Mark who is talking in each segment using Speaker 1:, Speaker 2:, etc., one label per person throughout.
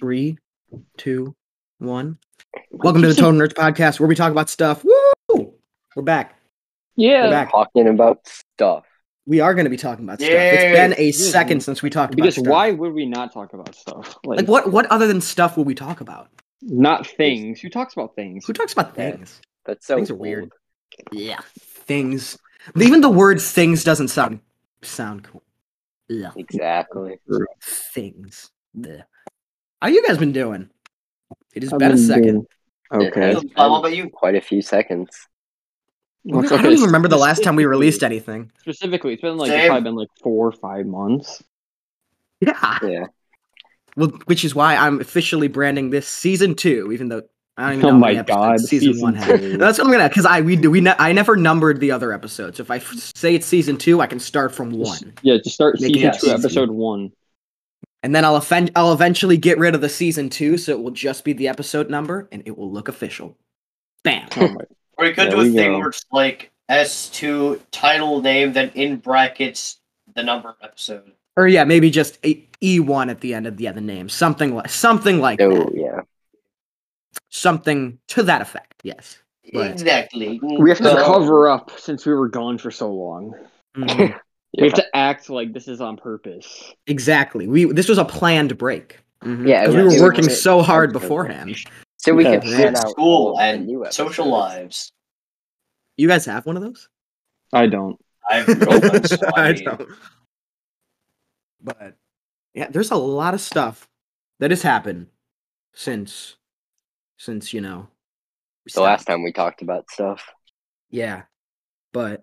Speaker 1: three, two, one. Welcome to the Total Nerds Podcast, where we talk about stuff. Woo! We're back. We're
Speaker 2: Yeah.
Speaker 1: back.
Speaker 3: talking about stuff.
Speaker 1: We are going to be talking about stuff.
Speaker 3: Yay!
Speaker 1: It's been a
Speaker 2: Excuse
Speaker 1: second
Speaker 2: me.
Speaker 1: since we talked
Speaker 2: Because
Speaker 1: about stuff.
Speaker 2: why would we not talk about stuff? Like,
Speaker 1: Like what? What other than stuff will we talk about?
Speaker 2: Not things. Who talks about things?
Speaker 1: Who talks about
Speaker 3: Yeah.
Speaker 1: things?
Speaker 3: That's so
Speaker 1: Things are
Speaker 3: old.
Speaker 1: weird. Yeah, things. Even the word "things" doesn't sound sound cool. Yeah,
Speaker 3: Exactly.
Speaker 1: things. Bleh. How you guys been doing? It has
Speaker 2: I've
Speaker 1: been a
Speaker 2: been
Speaker 1: second.
Speaker 2: doing- Okay.
Speaker 3: It's been Quite a few seconds.
Speaker 1: We-
Speaker 2: Let's
Speaker 1: I
Speaker 2: look
Speaker 1: don't
Speaker 2: at
Speaker 1: even remember the last time we
Speaker 2: specifically-
Speaker 1: released anything.
Speaker 2: Specifically, it's been like it's
Speaker 3: Same.
Speaker 2: probably been like four or five months.
Speaker 1: Yeah.
Speaker 3: Yeah.
Speaker 1: Well, which is why I'm officially branding this season two, even though I don't even know.
Speaker 2: Oh
Speaker 1: how
Speaker 2: my
Speaker 1: many episodes
Speaker 2: god!
Speaker 1: season, one. Had.
Speaker 2: two.
Speaker 1: That's what I'm gonna, because I we do we ne- I never numbered the other episodes. If I f- say it's season two, I can start from
Speaker 2: Just-
Speaker 1: one,
Speaker 2: Yeah, just start
Speaker 1: Make it
Speaker 2: season two,
Speaker 1: easy.
Speaker 2: episode one.
Speaker 1: and then I'll offend. I'll eventually get rid of the season two, so it will just be the episode number, and it will look official. Bam.
Speaker 2: Oh my-
Speaker 4: Or you could
Speaker 3: There
Speaker 4: do a
Speaker 3: we
Speaker 4: thing
Speaker 3: go.
Speaker 4: where it's like S2 title name, then in brackets the number of episode.
Speaker 1: or yeah, maybe just E one at the end of the other name, something like something like
Speaker 3: Oh
Speaker 1: that.
Speaker 3: yeah.
Speaker 1: something to that effect. Yes. Right.
Speaker 4: Exactly.
Speaker 2: We have to
Speaker 4: So-
Speaker 2: cover up since we were gone for so long.
Speaker 1: Mhm.
Speaker 2: We have to act like this is on purpose.
Speaker 1: exactly. We this was a planned break. Mhm.
Speaker 3: Yeah, it
Speaker 1: 'Cause
Speaker 3: was-
Speaker 1: we
Speaker 3: it
Speaker 1: were
Speaker 3: was
Speaker 1: working
Speaker 3: a-
Speaker 1: so hard
Speaker 3: it was a-
Speaker 1: beforehand.
Speaker 3: So we
Speaker 2: Yeah.
Speaker 3: can plan out all
Speaker 4: school
Speaker 3: the
Speaker 4: and
Speaker 3: new
Speaker 4: social
Speaker 3: episodes.
Speaker 4: lives.
Speaker 1: You guys have one of those?
Speaker 2: I don't.
Speaker 4: I've grown up, so I
Speaker 1: Oh, I
Speaker 4: mean,
Speaker 1: don't. But yeah, there's a lot of stuff that has happened since since you know we
Speaker 3: The last
Speaker 1: stopped.
Speaker 3: time we talked about stuff.
Speaker 1: Yeah, but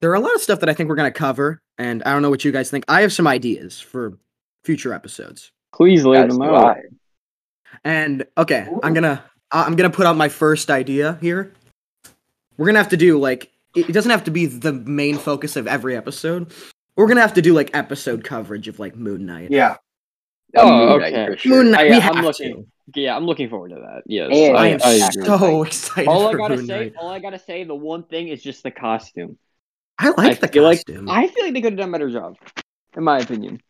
Speaker 1: there are a lot of stuff that I think we're gonna cover, and I don't know what you guys think. I have some ideas for future episodes.
Speaker 2: Please lay
Speaker 3: That's
Speaker 2: them out.
Speaker 3: why.
Speaker 1: And okay, I'm gonna I- I'm gonna put out my first idea here. We're gonna have to do like it it doesn't have to be the main focus of every episode. We're gonna have to do like episode coverage of like Moon Knight.
Speaker 4: yeah.
Speaker 3: A
Speaker 2: Oh,
Speaker 3: moon night
Speaker 2: okay.
Speaker 3: for sure.
Speaker 1: Moon Knight.
Speaker 2: I-
Speaker 1: we
Speaker 2: I'm
Speaker 1: have
Speaker 2: looking-
Speaker 1: to.
Speaker 2: Yeah, I'm looking forward to that. Yes,
Speaker 3: And-
Speaker 1: I,
Speaker 2: I,
Speaker 1: am
Speaker 2: I agree.
Speaker 1: so excited.
Speaker 2: all I
Speaker 1: for
Speaker 2: gotta
Speaker 1: Moon
Speaker 2: say,
Speaker 1: Knight.
Speaker 2: all I gotta say, the one thing is just the costume.
Speaker 1: I like the
Speaker 2: feel like
Speaker 1: costume.
Speaker 2: I feel like they could have done a better job, in my opinion.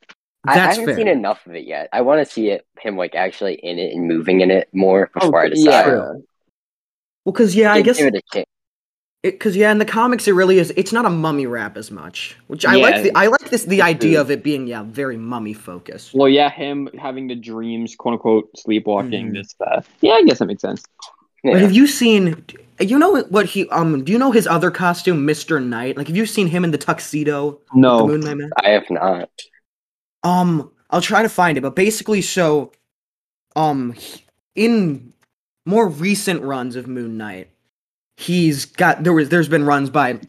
Speaker 3: I, I
Speaker 1: That's
Speaker 3: haven't
Speaker 1: fair.
Speaker 3: seen enough of it yet. I want to see it him like actually in it and moving in it more before I decide.
Speaker 1: True. well, because yeah, Oh, I
Speaker 3: Give-
Speaker 1: guess
Speaker 3: give it a chance.
Speaker 1: because yeah, in the comics it really is. It's not a mummy wrap as much, which I
Speaker 2: Yeah,
Speaker 1: like. The, I like this the
Speaker 3: it's
Speaker 1: idea
Speaker 3: true.
Speaker 1: of it being yeah very mummy focused.
Speaker 2: Well, yeah, him having the dreams, quote unquote, sleepwalking,
Speaker 1: Mhm.
Speaker 2: this, that. Yeah, I guess that makes sense.
Speaker 3: Yeah.
Speaker 1: But have you seen? You know what he um? Do you know his other costume, Mister Knight? Like, have you seen him in the tuxedo, the
Speaker 2: No,
Speaker 1: Moon Knight? Man?
Speaker 3: I have not.
Speaker 1: Um, I'll try to find it, but basically, so, um, he- in more recent runs of Moon Knight, he's got there was there's been runs by,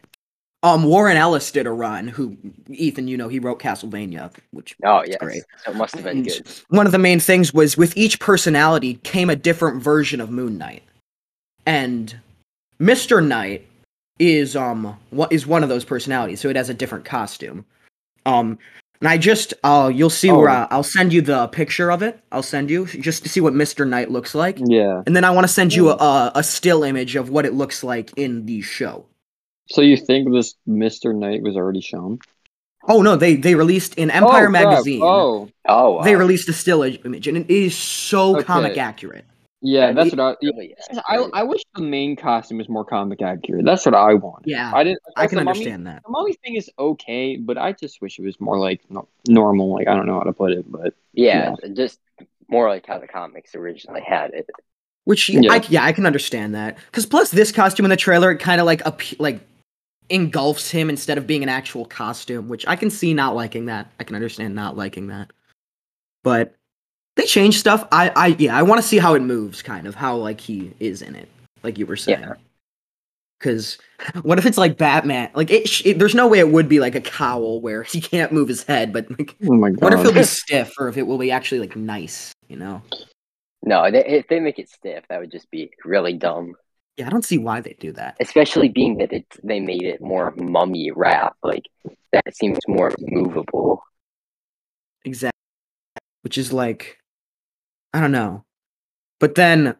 Speaker 1: um, Warren Ellis did a run who Ethan, you know, he wrote Castlevania, which
Speaker 3: Oh yeah.
Speaker 1: Great.
Speaker 3: So it must have been
Speaker 1: Mm.
Speaker 3: good.
Speaker 1: one of the main things was with each personality came a different version of Moon Knight. And Mr. Knight is um what is one of those personalities, so it has a different costume. Um and I just uh you'll see where
Speaker 2: Oh.
Speaker 1: uh, I'll send you the picture of it. I'll send you just to see what Mr. Knight looks like.
Speaker 2: yeah.
Speaker 1: And then I want to send
Speaker 2: Mm.
Speaker 1: you a- a, a still image of what it looks like in the show.
Speaker 2: So you think this Mister Knight was already shown?
Speaker 1: Oh no, they they released in Empire
Speaker 2: Oh, crap.
Speaker 1: magazine.
Speaker 2: Oh,
Speaker 3: Oh wow.
Speaker 1: They released a still i- image and it is so
Speaker 2: Okay.
Speaker 1: comic accurate.
Speaker 2: yeah,
Speaker 3: Yeah,
Speaker 2: that's
Speaker 3: he-
Speaker 2: what I.
Speaker 3: Really, yeah.
Speaker 2: I, I wish the main costume was more comic accurate. That's what I want.
Speaker 1: Yeah.
Speaker 2: I didn't.
Speaker 1: I can
Speaker 2: the mummy-
Speaker 1: understand that.
Speaker 2: The mummy thing is okay, but I just wish it was more like no, normal. Like I don't know how to put it, but
Speaker 3: Yeah, just more like how the comics originally had it.
Speaker 1: Which yeah.
Speaker 2: Yeah.
Speaker 1: I, yeah, I can understand that. Because plus, this costume in the trailer it kind of like ap- like engulfs him instead of being an actual costume, which I can see not liking that. I can understand not liking that. But they change stuff. I, I yeah, I want to see how it moves, kind of how like he is in it, like you were saying.
Speaker 3: Yeah.
Speaker 1: Because what if it's like Batman? Like it, sh- it, there's no way it would be like a cowl where he can't move his head. But like,
Speaker 2: oh my god.
Speaker 1: what if he'll be stiff, or if it will be actually like nice? You know?
Speaker 3: No, they, if they make it stiff, that would just be really dumb.
Speaker 1: Yeah, I don't see why they do that.
Speaker 3: Especially being that it, they made it more mummy wrap. Like, that seems more movable.
Speaker 1: Exactly. Which is like, I don't know. But then,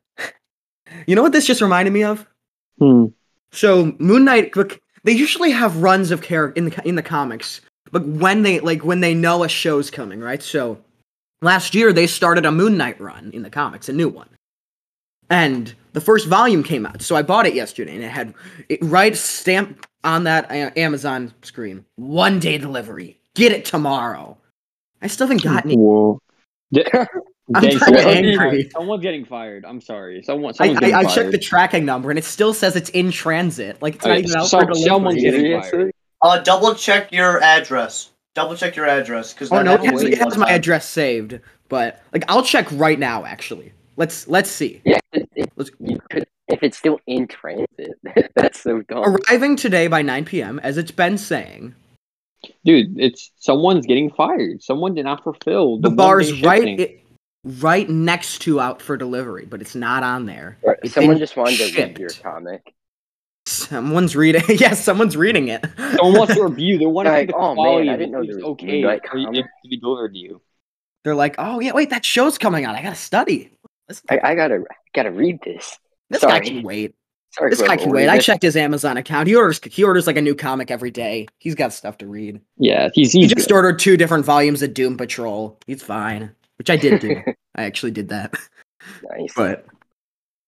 Speaker 1: you know what this just reminded me of?
Speaker 2: Hmm.
Speaker 1: So Moon Knight, look, they usually have runs of character in the co- in the comics, but when they like when they know a show's coming, right? So last year they started a Moon Knight run in the comics, a new one. And the first volume came out, so I bought it yesterday, and it had it right stamped on that A- Amazon screen. One day delivery. Get it tomorrow. I still haven't gotten it.
Speaker 2: Whoa. D-
Speaker 1: I'm
Speaker 2: Dang,
Speaker 1: kinda
Speaker 2: someone's getting
Speaker 1: angry.
Speaker 2: fired. Someone's getting fired. I'm sorry. Someone,
Speaker 1: I,
Speaker 2: someone's
Speaker 1: I,
Speaker 2: getting
Speaker 1: I
Speaker 2: fired.
Speaker 1: checked the tracking number, and it still says it's in transit. Like it's not
Speaker 2: Okay,
Speaker 1: even out
Speaker 2: so-
Speaker 1: for delivery.
Speaker 2: someone's getting
Speaker 3: Seriously?
Speaker 2: fired.
Speaker 4: Uh, double check your address. Double check your address because
Speaker 1: Oh no, it
Speaker 2: happened
Speaker 1: has,
Speaker 2: to me
Speaker 1: it has my address saved, but like I'll check right now. Actually, let's let's see.
Speaker 3: Yeah, it, it,
Speaker 1: Let's-
Speaker 3: you could, if it's still in transit, that's so dumb.
Speaker 1: Arriving today by 9 p.m. As it's been saying,
Speaker 2: Dude, it's someone's getting fired. Someone did not fulfill
Speaker 1: the,
Speaker 2: the,
Speaker 1: bar's
Speaker 2: one-day
Speaker 1: right
Speaker 2: shipping.
Speaker 1: it, right next to out for delivery, but it's not on there.
Speaker 3: Or
Speaker 1: It's
Speaker 3: Someone
Speaker 1: been
Speaker 3: just wanted to read your
Speaker 1: shipped.
Speaker 3: comic.
Speaker 1: Someone's reading. yes, someone's reading it.
Speaker 2: Someone wants to review. They want to see
Speaker 3: Like,
Speaker 2: the
Speaker 3: oh, man,
Speaker 2: quality.
Speaker 3: I
Speaker 2: of
Speaker 3: didn't know
Speaker 2: it.
Speaker 3: there
Speaker 2: It's
Speaker 3: was
Speaker 2: okay
Speaker 3: midnight
Speaker 2: for you
Speaker 3: comic.
Speaker 2: to be delivered to you.
Speaker 1: They're like, oh yeah, wait, that show's coming out. I gotta study. This,
Speaker 3: I, I gotta gotta read this.
Speaker 1: this guy
Speaker 3: sorry.
Speaker 1: can wait.
Speaker 3: Sorry,
Speaker 1: This guy
Speaker 3: whoever
Speaker 1: can
Speaker 3: ordered
Speaker 1: wait. I
Speaker 3: this.
Speaker 1: checked his Amazon account. He orders he orders like a new comic every day. He's got stuff to read.
Speaker 2: Yeah, he's,
Speaker 1: He
Speaker 2: he's
Speaker 1: just ordered two different volumes of Doom Patrol. He's fine, which I did do. I actually did that,
Speaker 3: Nice.
Speaker 1: but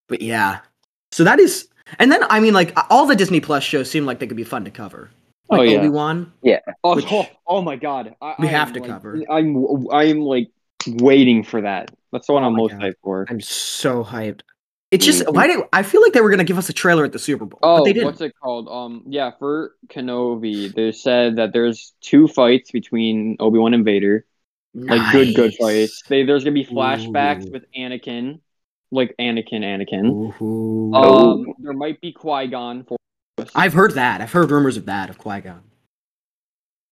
Speaker 1: but yeah. So that is, and then I mean, like all the Disney Plus shows seem like they could be fun to cover. Like
Speaker 2: Oh, yeah.
Speaker 1: Obi Wan.
Speaker 2: Oh,
Speaker 1: which
Speaker 2: oh, oh my god. I,
Speaker 1: we
Speaker 2: I
Speaker 1: have
Speaker 2: am,
Speaker 1: to
Speaker 2: like-
Speaker 1: cover.
Speaker 2: I'm I'm like waiting for that. That's the one
Speaker 1: Oh
Speaker 2: I'm
Speaker 1: my
Speaker 2: most
Speaker 1: God.
Speaker 2: hyped for.
Speaker 1: I'm so hyped. It's just
Speaker 3: Mhm.
Speaker 1: why did I feel like they were gonna give us a trailer at the Super Bowl? but
Speaker 2: Oh,
Speaker 1: they didn't.
Speaker 2: what's it called? Um, yeah, for Kenobi, they said that there's two fights between Obi Wan and Vader, like good, good fights. They, there's gonna be flashbacks
Speaker 1: Ooh.
Speaker 2: with Anakin, like Anakin, Anakin.
Speaker 1: Ooh.
Speaker 2: Um, there might be Qui Gon for.
Speaker 1: I've heard that. I've heard rumors of that of Qui Gon,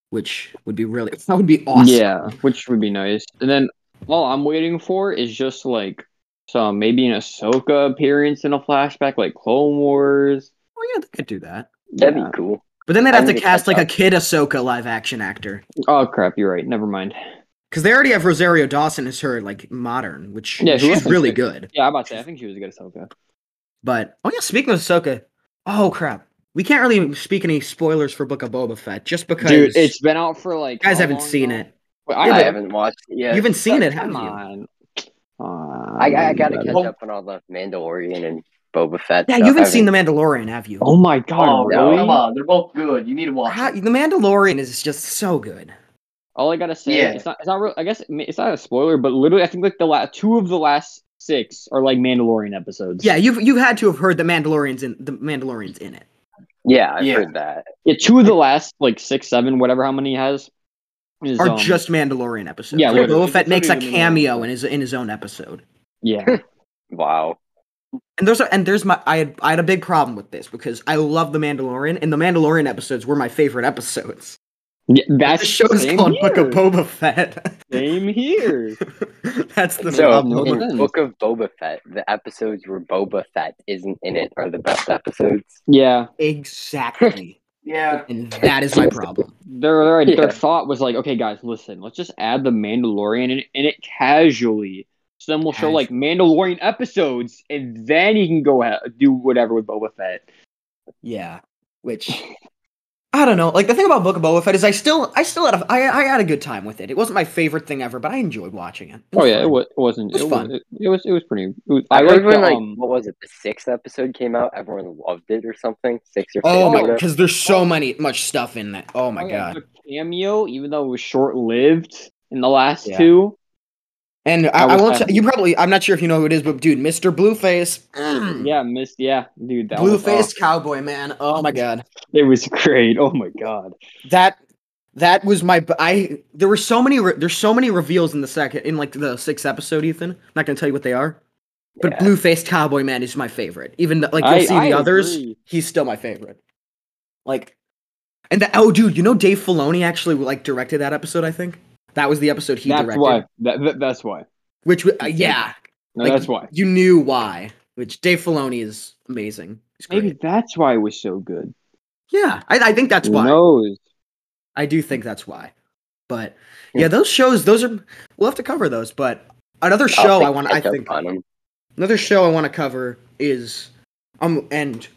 Speaker 1: which would be really that would be awesome.
Speaker 2: Yeah, which would be nice. And then all I'm waiting for is just like some maybe an Ahsoka appearance in a flashback, like Clone Wars.
Speaker 1: Oh yeah, they could do that.
Speaker 3: That'd
Speaker 2: Yeah.
Speaker 3: be cool.
Speaker 1: But then they'd
Speaker 3: I
Speaker 1: have to
Speaker 3: need to
Speaker 1: cast
Speaker 3: catch
Speaker 1: like a
Speaker 3: up.
Speaker 1: kid Ahsoka live action actor
Speaker 2: Oh crap, you're right. Never mind.
Speaker 1: because they already have Rosario Dawson as her like modern, which
Speaker 2: Yeah, who else
Speaker 1: she's
Speaker 2: is
Speaker 1: really
Speaker 2: it?
Speaker 1: good.
Speaker 2: Yeah, I'm about to say I think she was a good Ahsoka.
Speaker 1: But oh yeah, speaking of Ahsoka, oh crap, we can't really speak any spoilers for Book of Boba Fett just because
Speaker 2: Dude, it's been out for like
Speaker 1: you guys
Speaker 2: how
Speaker 1: haven't
Speaker 2: long
Speaker 1: seen
Speaker 2: now?
Speaker 1: it.
Speaker 2: Wait,
Speaker 3: I,
Speaker 2: I haven't.
Speaker 3: haven't watched it yet.
Speaker 1: You haven't seen it, have
Speaker 2: Come
Speaker 1: you?
Speaker 2: on.
Speaker 3: I, I,
Speaker 2: Um,
Speaker 3: gotta catch
Speaker 4: Well-
Speaker 3: up on all the Mandalorian and Boba Fett.
Speaker 1: Yeah,
Speaker 3: stuff.
Speaker 1: you haven't
Speaker 3: I
Speaker 1: seen The Mandalorian, have you?
Speaker 2: Oh my god,
Speaker 4: Oh,
Speaker 2: really?
Speaker 4: come on. They're both good. You need to watch.
Speaker 1: How-
Speaker 4: it.
Speaker 1: the Mandalorian is just so good.
Speaker 2: All I gotta say,
Speaker 4: Yeah.
Speaker 2: it's not. It's not. Real, I guess it ma- it's not a spoiler, but literally, I think like the last two of the last six are like Mandalorian episodes.
Speaker 1: Yeah, you've you've had to have heard the Mandalorian's in the Mandalorian's in it.
Speaker 3: Yeah, I've
Speaker 4: Yeah.
Speaker 3: heard that.
Speaker 2: Yeah, two of the last like six, seven, whatever, how many he has is,
Speaker 1: Are
Speaker 2: um,
Speaker 1: just Mandalorian episodes.
Speaker 2: yeah,
Speaker 1: Like,
Speaker 2: literally.
Speaker 1: Boba Fett
Speaker 2: It's
Speaker 1: makes a
Speaker 2: literally
Speaker 1: cameo
Speaker 2: Mandalorian.
Speaker 1: in his in his own episode.
Speaker 2: yeah.
Speaker 3: Wow.
Speaker 1: And there's a, and there's my I had I had a big problem with this because I love the Mandalorian and the Mandalorian episodes were my favorite episodes.
Speaker 2: yeah that's
Speaker 1: the show is
Speaker 2: same
Speaker 1: called
Speaker 2: here.
Speaker 1: Book of Boba Fett.
Speaker 2: Same here.
Speaker 1: That's the
Speaker 3: So
Speaker 2: no
Speaker 1: problem.
Speaker 2: one-
Speaker 3: in Book of Boba Fett, the episodes where Boba Fett isn't in it are the best episodes.
Speaker 2: Yeah,
Speaker 1: exactly,
Speaker 4: Yeah.
Speaker 1: and that is my problem.
Speaker 2: their their,
Speaker 3: Yeah.
Speaker 2: their thought was like, okay, guys, listen, let's just add the Mandalorian in, it- in it casually. So then we'll show like Mandalorian episodes, and then you can go ha- do whatever with Boba Fett.
Speaker 1: Yeah, which I don't know. Like the thing about Book of Boba Fett is I still I still had a, I, I had a good time with it. It wasn't my favorite thing ever, but I enjoyed watching it.
Speaker 2: Oh yeah,
Speaker 1: fun.
Speaker 2: it, was, it wasn't.
Speaker 1: It was
Speaker 2: it, was,
Speaker 1: fun.
Speaker 2: it, it was. It was pretty. It was,
Speaker 3: I,
Speaker 2: I like
Speaker 3: remember
Speaker 2: the,
Speaker 3: when, like,
Speaker 2: um,
Speaker 1: oh
Speaker 3: what was it? The sixth episode came out. Everyone loved it or something. Six or fifth.
Speaker 1: Oh
Speaker 3: or
Speaker 1: my,
Speaker 3: whatever.
Speaker 1: because there's so many much stuff in that. Oh my
Speaker 2: oh, yeah,
Speaker 1: god.
Speaker 2: the cameo, even though it was short lived in the last
Speaker 1: Yeah.
Speaker 2: two.
Speaker 1: And I,
Speaker 2: I
Speaker 1: I
Speaker 2: was
Speaker 1: won't.
Speaker 2: happy.
Speaker 1: You probably. I'm not sure if you know who it is, but dude, Mr. Blueface. Mm.
Speaker 2: Yeah, missed. Yeah, dude, that was
Speaker 1: Blueface
Speaker 2: awesome.
Speaker 1: cowboy man. Oh my god.
Speaker 2: It was great. Oh my god.
Speaker 1: That that was my. I there were so many. Re, there's so many reveals in the second in like the sixth episode. Ethan, I'm not gonna tell you what they are, but
Speaker 3: Yeah.
Speaker 1: Blueface cowboy man is my favorite. Even though, like you'll
Speaker 2: I-
Speaker 1: see
Speaker 2: I
Speaker 1: the others,
Speaker 2: agree.
Speaker 1: he's still my favorite. Like, and the oh dude, you know Dave Filoni actually like directed that episode. I think that was the episode he
Speaker 2: that's
Speaker 1: directed.
Speaker 2: why. That, that- that's why.
Speaker 1: Which w- uh, yeah,
Speaker 2: No,
Speaker 1: Like,
Speaker 2: that's why.
Speaker 1: you knew why. Which Dave Filoni is amazing. He's great.
Speaker 2: Maybe that's why it was so good.
Speaker 1: Yeah, I, I think that's
Speaker 2: Who
Speaker 1: why.
Speaker 2: knows?
Speaker 1: I do think that's why. But
Speaker 3: Yeah.
Speaker 1: yeah, those shows, those are we'll have to cover those. but another
Speaker 3: I'll
Speaker 1: show
Speaker 3: have
Speaker 1: I
Speaker 3: to
Speaker 1: want,
Speaker 3: catch
Speaker 1: I
Speaker 3: up
Speaker 1: think
Speaker 3: on 'em.
Speaker 1: another show I want to cover is um and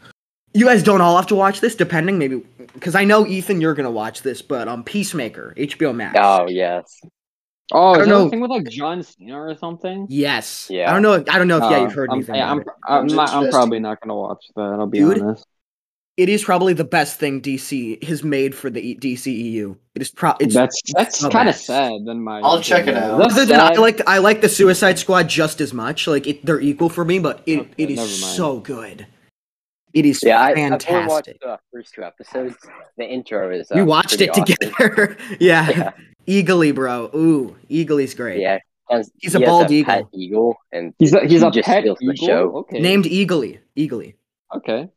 Speaker 1: you guys don't all have to watch this, depending maybe because I know Ethan, you're gonna watch this, but um Peacemaker, HBO Max.
Speaker 3: Oh yes.
Speaker 2: Oh,
Speaker 1: I
Speaker 2: is
Speaker 1: don't
Speaker 2: that
Speaker 1: know.
Speaker 2: the thing with like John Cena or something?
Speaker 1: Yes.
Speaker 3: Yeah.
Speaker 1: I don't know. I don't know if yeah
Speaker 2: Uh,
Speaker 1: you've heard
Speaker 2: I'm,
Speaker 1: anything. about
Speaker 2: yeah, I'm,
Speaker 1: it.
Speaker 2: I'm,
Speaker 4: Sounds
Speaker 2: not, I'm
Speaker 4: interesting.
Speaker 2: probably not gonna watch that. I'll be
Speaker 1: Dude.
Speaker 2: honest.
Speaker 1: it is probably the best thing DC has made for the E- DCEU. It is pro. It's
Speaker 2: that's that's
Speaker 1: not
Speaker 2: kind of
Speaker 1: bad.
Speaker 2: sad. Then my
Speaker 4: I'll check it out.
Speaker 2: That's
Speaker 1: other than I
Speaker 2: sad.
Speaker 1: like I like the Suicide Squad just as much. Like it, they're equal for me, but it,
Speaker 2: Okay,
Speaker 1: it is
Speaker 2: never mind.
Speaker 1: so good. It is
Speaker 3: Yeah, I, I've only watched
Speaker 1: fantastic.
Speaker 3: the first two episodes. The intro is. Uh,
Speaker 1: we watched
Speaker 3: pretty
Speaker 1: it
Speaker 3: awesome.
Speaker 1: together. yeah.
Speaker 3: Yeah,
Speaker 1: Eagly, bro. Ooh, Eagly's great.
Speaker 3: yeah. Has-
Speaker 1: He's a
Speaker 3: he has
Speaker 1: bald eagle.
Speaker 3: Pet eagle, and
Speaker 2: He's a, he's
Speaker 3: He
Speaker 2: a
Speaker 3: just
Speaker 2: pet
Speaker 3: steals the
Speaker 2: eagle.
Speaker 3: show.
Speaker 2: Okay.
Speaker 1: Named Eagly. Eagly.
Speaker 2: Okay.